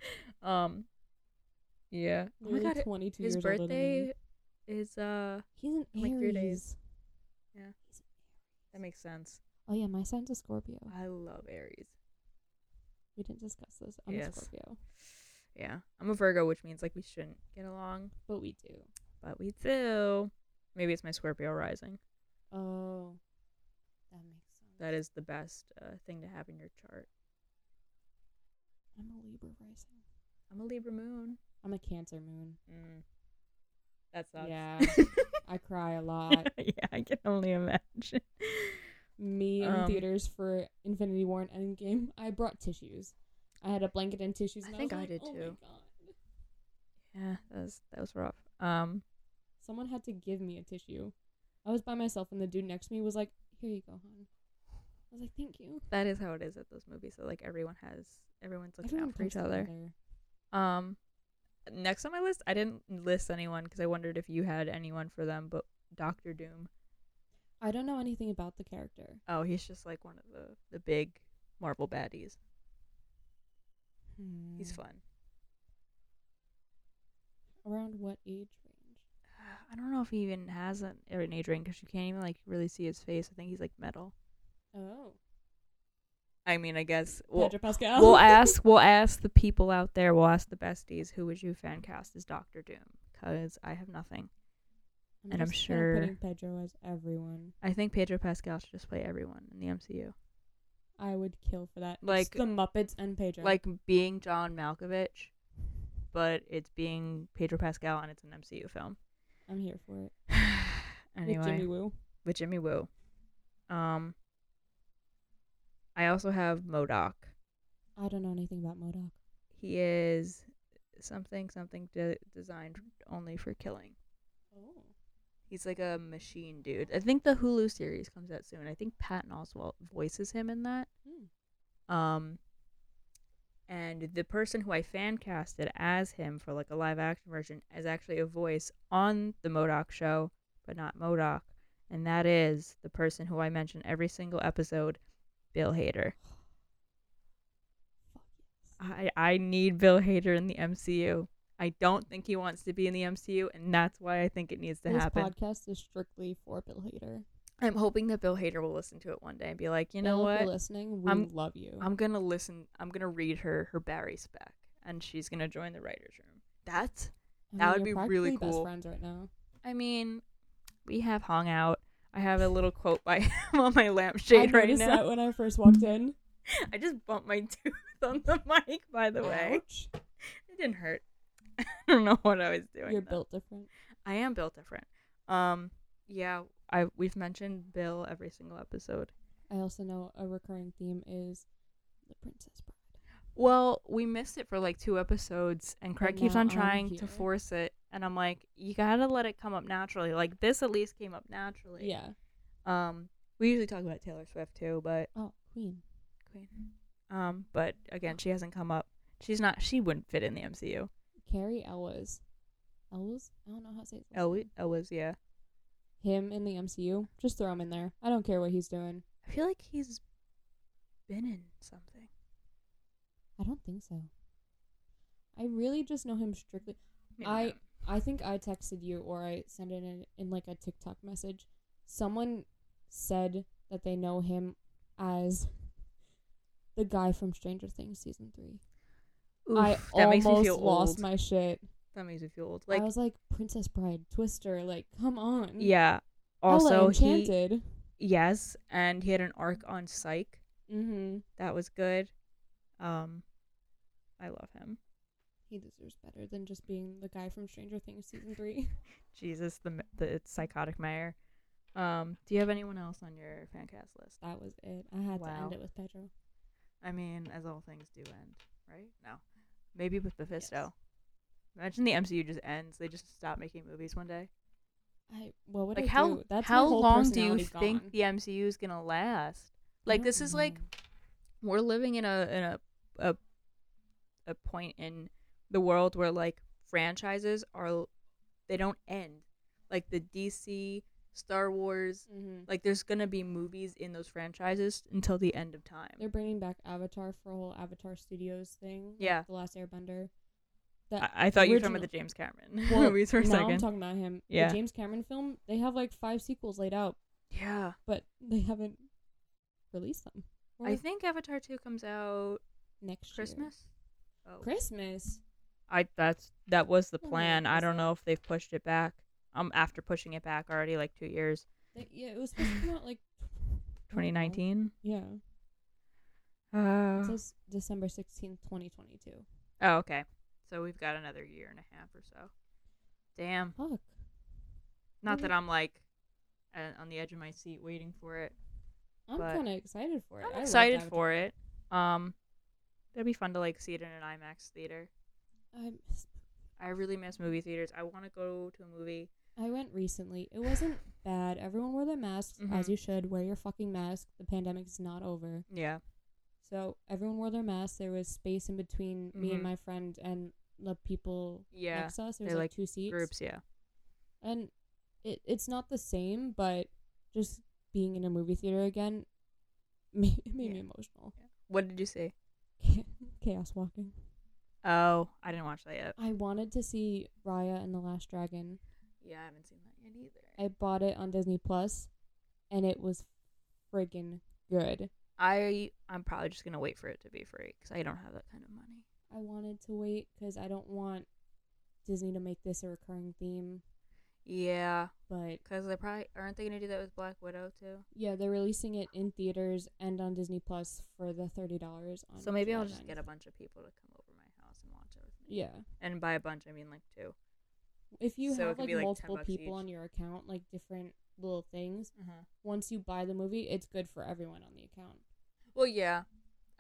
(laughs) um Yeah. Oh my Literally god. 22 His years older than me. birthday is uh He's an like Aries. three days. Yeah. He's- That makes sense. Oh yeah, my son's a Scorpio. oh, I love Aries. We didn't discuss this. I'm Yes. a Scorpio, Yeah. I'm a Virgo, which means like we shouldn't get along, but we do. but we do. Maybe it's my Scorpio rising. Oh, that makes sense. That is the best uh, thing to have in your chart. I'm a Libra rising. I'm a Libra moon. I'm a Cancer moon. Mm. That sucks. (laughs) Yeah. I cry a lot. yeah, I can only imagine. Me in Um, theaters for Infinity War and Endgame. I brought tissues. I had a blanket and tissues. I And think was I like, did "Oh my too." God." Yeah, that was that was rough. Um, Someone had to give me a tissue. I was by myself, and the dude next to me was like, "Here you go, hon." I was like, "Thank you." that is how it is at those movies. So like everyone has everyone's looking Everyone out for talks each to other. Um, next on my list, I didn't list anyone because I wondered if you had anyone for them, but Doctor Doom. I don't know anything about the character. Oh, he's just like one of the the big Marvel baddies. He's Hmm. fun. (sighs) Around what age range? I don't know if he even has an, or an age range because you can't even like really see his face. I think he's like metal. Oh, I mean, I guess we'll, Pedro Pascal. we'll (laughs) ask we'll ask the people out there. We'll ask the besties who would you fan cast as Doctor Doom? Because I have nothing. and I'm just kinda sure- putting Pedro as everyone. I think Pedro Pascal should just play everyone in the MCU. I would kill for that. It's Like- the Muppets and Pedro. Like being John Malkovich, but it's being Pedro Pascal and it's an MCU film. (sighs) I'm here for it. anyway, With Jimmy Woo. with Jimmy Woo. Um, I also have Modoc. I don't know anything about Modoc. he is something something de- designed only for killing. Oh, He's like a machine dude. I think the Hulu series comes out soon. I think Patton Oswalt voices him in that. Hmm. Um, and the person who I fan casted as him for like a live action version is actually a voice on the Modoc show, but not Modoc, and that is the person who I mention every single episode, Bill Hader. fuck yes. I, I need Bill Hader in the MCU. I don't think he wants to be in the MCU, and that's why I think it needs to this happen. podcast is strictly for Bill Hader. I'm hoping that Bill Hader will listen to it one day and be like, you know Bill, If you're what? listening, we I'm- love you. I'm gonna listen. I'm gonna read her her Barry spec, and she's gonna join the writers' room. That's. I that mean, would you're be really practically cool. Best friends right now. I mean, we have hung out. I have a little quote by (laughs) him on my lampshade I right noticed now. that when I first walked in. (laughs) I just bumped my (laughs) tooth on the mic, by (laughs) the way. Ouch. It didn't hurt. (laughs) I don't know what I was doing. You're though. built different. I am built different. Um, yeah, I we've mentioned Bill every single episode. I also know a recurring theme is the Princess Bride. Well, we missed it for like two episodes, and Craig keeps now on I'm trying to here. force it, and I'm like, you gotta let it come up naturally. Like this at least came up naturally. Yeah. Um, we usually talk about Taylor Swift too, but Oh, Queen. Queen. Um, but again, she hasn't come up. She's not. She wouldn't fit in the MCU. Carrie Elwes. Elwes? I don't know how to say it. El Oh, was yeah. Him in the MCU. Just throw him in there. I don't care what he's doing. I feel like he's been in something. I don't think so. I really just know him strictly. Maybe I- not. I think I texted you or I sent it in, in like a TikTok message. Someone said that they know him as the guy from Stranger Things season three. I Oof, almost lost old. my shit. That makes me feel old. Like I was like Princess Bride, Twister, like come on. yeah. Ella, Also, he Enchanted. yes, and he had an arc on Psych Mm-hmm. that was good. Um, I love him. He deserves better than just being the guy from Stranger Things season three. Jesus, the m- the psychotic mayor. Um, do you have anyone else on your fan cast list? that was it. I had to Wow. end it with Pedro. I mean, as all things do end, right? No, maybe with Mephisto. Imagine the MCU just ends. They just stop making movies one day. I what would like I how do? That's my how whole long do you personality gone. think the MCU is gonna last? I Like don't this is like know. Mm-hmm. we're living in a in a a a point in the world where like franchises are they don't end. Like the DC, Star Wars, Mhm. like there's going to be movies in those franchises until the end of time. They're bringing back Avatar for a whole Avatar Studios thing. like Yeah. The Last Airbender. I, That I (laughs) thought you were talking about the original- James Cameron (laughs) well, movies for a now I'm second. talking about him. Yeah. The James Cameron film, they have like five sequels laid out, yeah. but they haven't released them. I Or think Avatar 2 comes out next year. Christmas. Oh. Christmas. I that's that was the Oh, plan. I is don't it? know if they've pushed it back. Um, after pushing it back already like two years, They- yeah, it was supposed to come out like twenty nineteen. yeah. It Uh, says December sixteenth, twenty twenty two. oh, okay. So we've got another year and a half or so. Damn. Fuck. Not that Mhm. I'm like uh, on the edge of my seat waiting for it. I'm But- kinda excited for it. I I'm love excited Avatar. for it. Um, that'd be fun to like see it in an IMAX theater. I'm I really miss movie theaters. I want to go to a movie. I went recently. It wasn't bad. Everyone wore their masks Mhm. as you should. Wear your fucking mask. The pandemic's not over. Yeah. So everyone wore their masks. There was space in between me Mhm. and my friend and the people Yeah. next to us. There They was like like two seats. Groups. Yeah. And it it's not the same, but just being in a movie theater again (laughs) made, it made me Yeah. emotional. What did you see? (laughs) Chaos walking. Oh, I didn't watch that yet. I wanted to see Raya and the Last Dragon. Yeah, I haven't seen that yet either. I bought it on Disney Plus and it was friggin' good. I I'm probably just gonna wait for it to be free because I don't have that kind of money. I wanted to wait because I don't want Disney to make this a recurring theme, Yeah, but because they probably aren't they gonna do that with Black Widow too. Yeah, they're releasing it in theaters and on Disney Plus for the thirty dollars. on So maybe I'll July just 9th. get a bunch of people to come over my house and watch it with me. Yeah, And by a bunch, I mean like two. if you So it have could like, be, like, 10 multiple bucks people each. on your account, like different little things. Uh-huh. Once you buy the movie, it's good for everyone on the account. Well, yeah.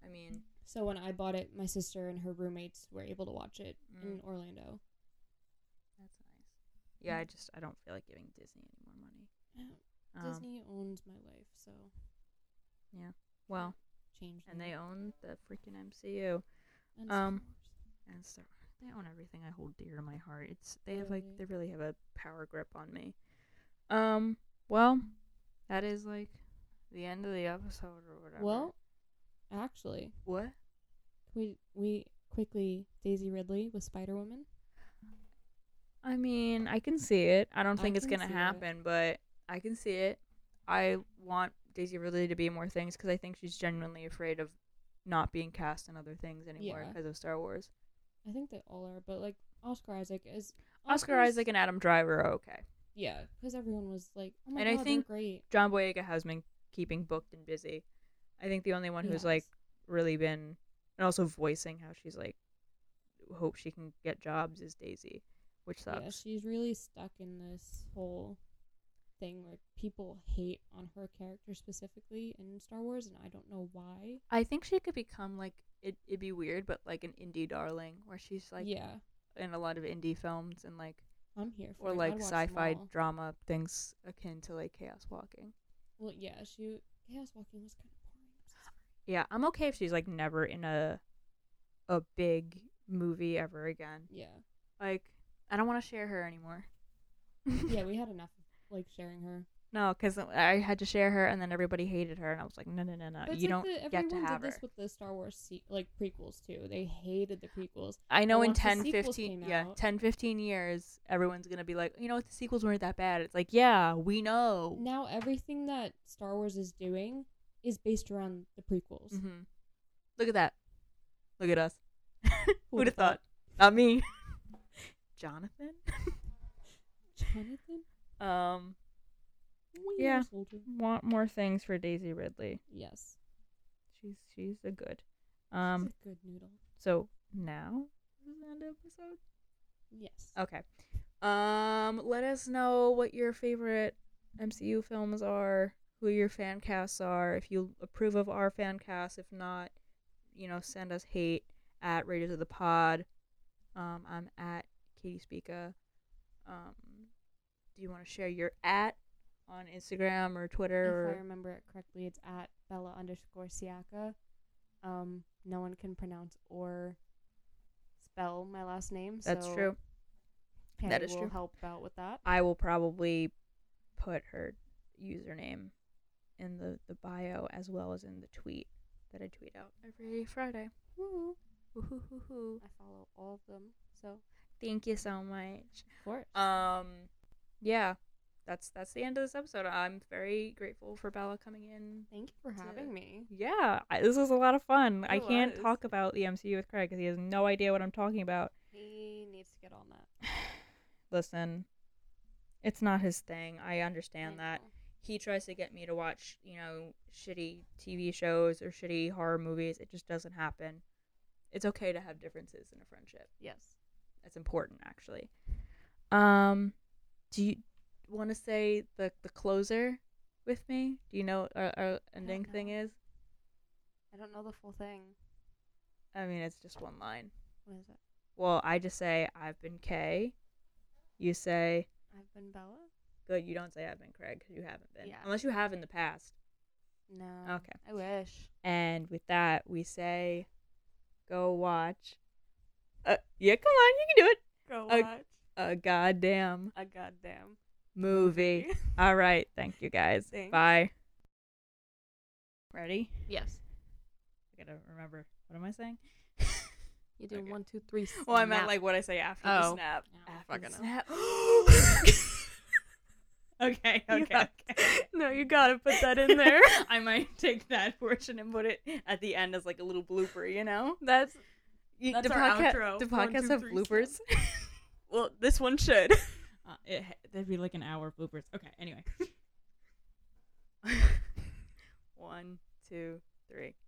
I mean, So when I bought it, my sister and her roommates were able to watch it Mm. in Orlando. that's nice. Yeah, I just I don't feel like giving Disney any more money. Um, Disney owns my life, so Well, change. and them. they own the freaking MCU And Star um, Wars. and Star. They own everything I hold dear to my heart. It's they have like Really? they really have a power grip on me. Um. Well, that is like the end of the episode or whatever. well, actually, what? we we quickly Daisy Ridley with Spider Woman. I mean, I can see it. I don't I think it's can gonna see it. happen, but I can see it. I want Daisy Ridley to be in more things because I think she's genuinely afraid of not being cast in other things anymore Yeah. because of Star Wars. I think they all are, but like Oscar Isaac is Oscar Oscar's- Isaac and Adam Driver are okay. Yeah, because everyone was like, "Oh my And I god, think they're great." John Boyega has been keeping booked and busy. I think the only one who's Yes. like really been, and also voicing how she's like, hope she can get jobs is Daisy, which sucks. Yeah, she's really stuck in this whole thing where people hate on her character specifically in Star Wars, and I don't know why. I think she could become like it. It'd be weird, but like an indie darling, where she's like yeah, in a lot of indie films and like I'm here for or it. I'd like watch them sci-fi all. drama things akin to like Chaos Walking. Well, yeah, she Chaos Walking was kind of boring. I'm so sorry. Yeah, I'm okay if she's like never in a a big movie ever again. Yeah, Like I don't want to share her anymore. (laughs) yeah, we had enough of, like sharing her. No, because I had to share her, and then everybody hated her, and I was like, no, no, no, no, But it's Uh, you like don't the, get everyone to have did her. this with the Star Wars se- like prequels too. They hated the prequels. I know in once the 10, sequels 15, came yeah, out- 10, 15 years, everyone's gonna be like, you know what, the sequels weren't that bad. It's like, yeah, we know. Now everything that Star Wars is doing is based around the prequels. hmm Look at that. Look at us. Who'd Who'da have thought? Not me. (laughs) Jonathan. Jonathan? Um, Wiener Yeah. Soldier. want more things for Daisy Ridley. Yes. She's she's a good. Um. Um, good noodle. so now this is the end of the episode. Yes. Okay. Um, let us know what your favorite MCU films are, who your fan casts are, if you approve of our fan cast. If not, you know, send us hate at Raiders of the Pod. Um, I'm at Katie Spica. Um, do you want to share your at on Instagram or Twitter? if I Or... remember it correctly, it's at Bella underscore Siaka. Um, no one can pronounce or spell my last name. That's so true. Patty That is will true. Help out with that. I will probably put her username in the, the bio as well as in the tweet that I tweet out every Friday. Woo. Woo-hoo-hoo-hoo. I follow all of them. So Thank you so much. Of course. Um yeah. That's that's the end of this episode. I'm very grateful for Bella coming in. thank you for That's having it. me. Yeah, I, this was a lot of fun. I It can't was. talk about the MCU with Craig because he has no idea what I'm talking about. He needs to get on that. Listen, it's not his thing. I understand I that. know. he tries to get me to watch, you know, shitty TV shows or shitty horror movies. It just doesn't happen. It's okay to have differences in a friendship. Yes. That's important, actually. Um, do you want to say the the closer with me? Do you know what our, our ending thing know. is? I don't know the full thing. I mean, it's just one line. What is it? Well, I just say I've been K. You say I've been Bella. good. You don't say I've been Craig because you haven't been, Yeah. unless you have in the past. No. Okay. I wish. And with that, we say, go watch. Uh, yeah, come on, you can do it. Go I- watch A goddamn a goddamn movie. (laughs) All right. Thank you guys. Thanks. Bye. Ready? yes. I gotta remember. What am I saying? You do Okay. one, two, three. Well, I meant snap. like what I say after the Oh. snap. Oh, After fucking the snap. (gasps) (laughs) (laughs) okay, You okay. have No, you gotta put that in there. (laughs) I might take that portion and put it at the end as like a little blooper, you know? That's You, That's do our podca- outro. Do One, podcasts two, have three, bloopers? (laughs) well, this one should. Uh, it, that'd be like an hour of bloopers. Okay, (laughs) anyway. One, two, three.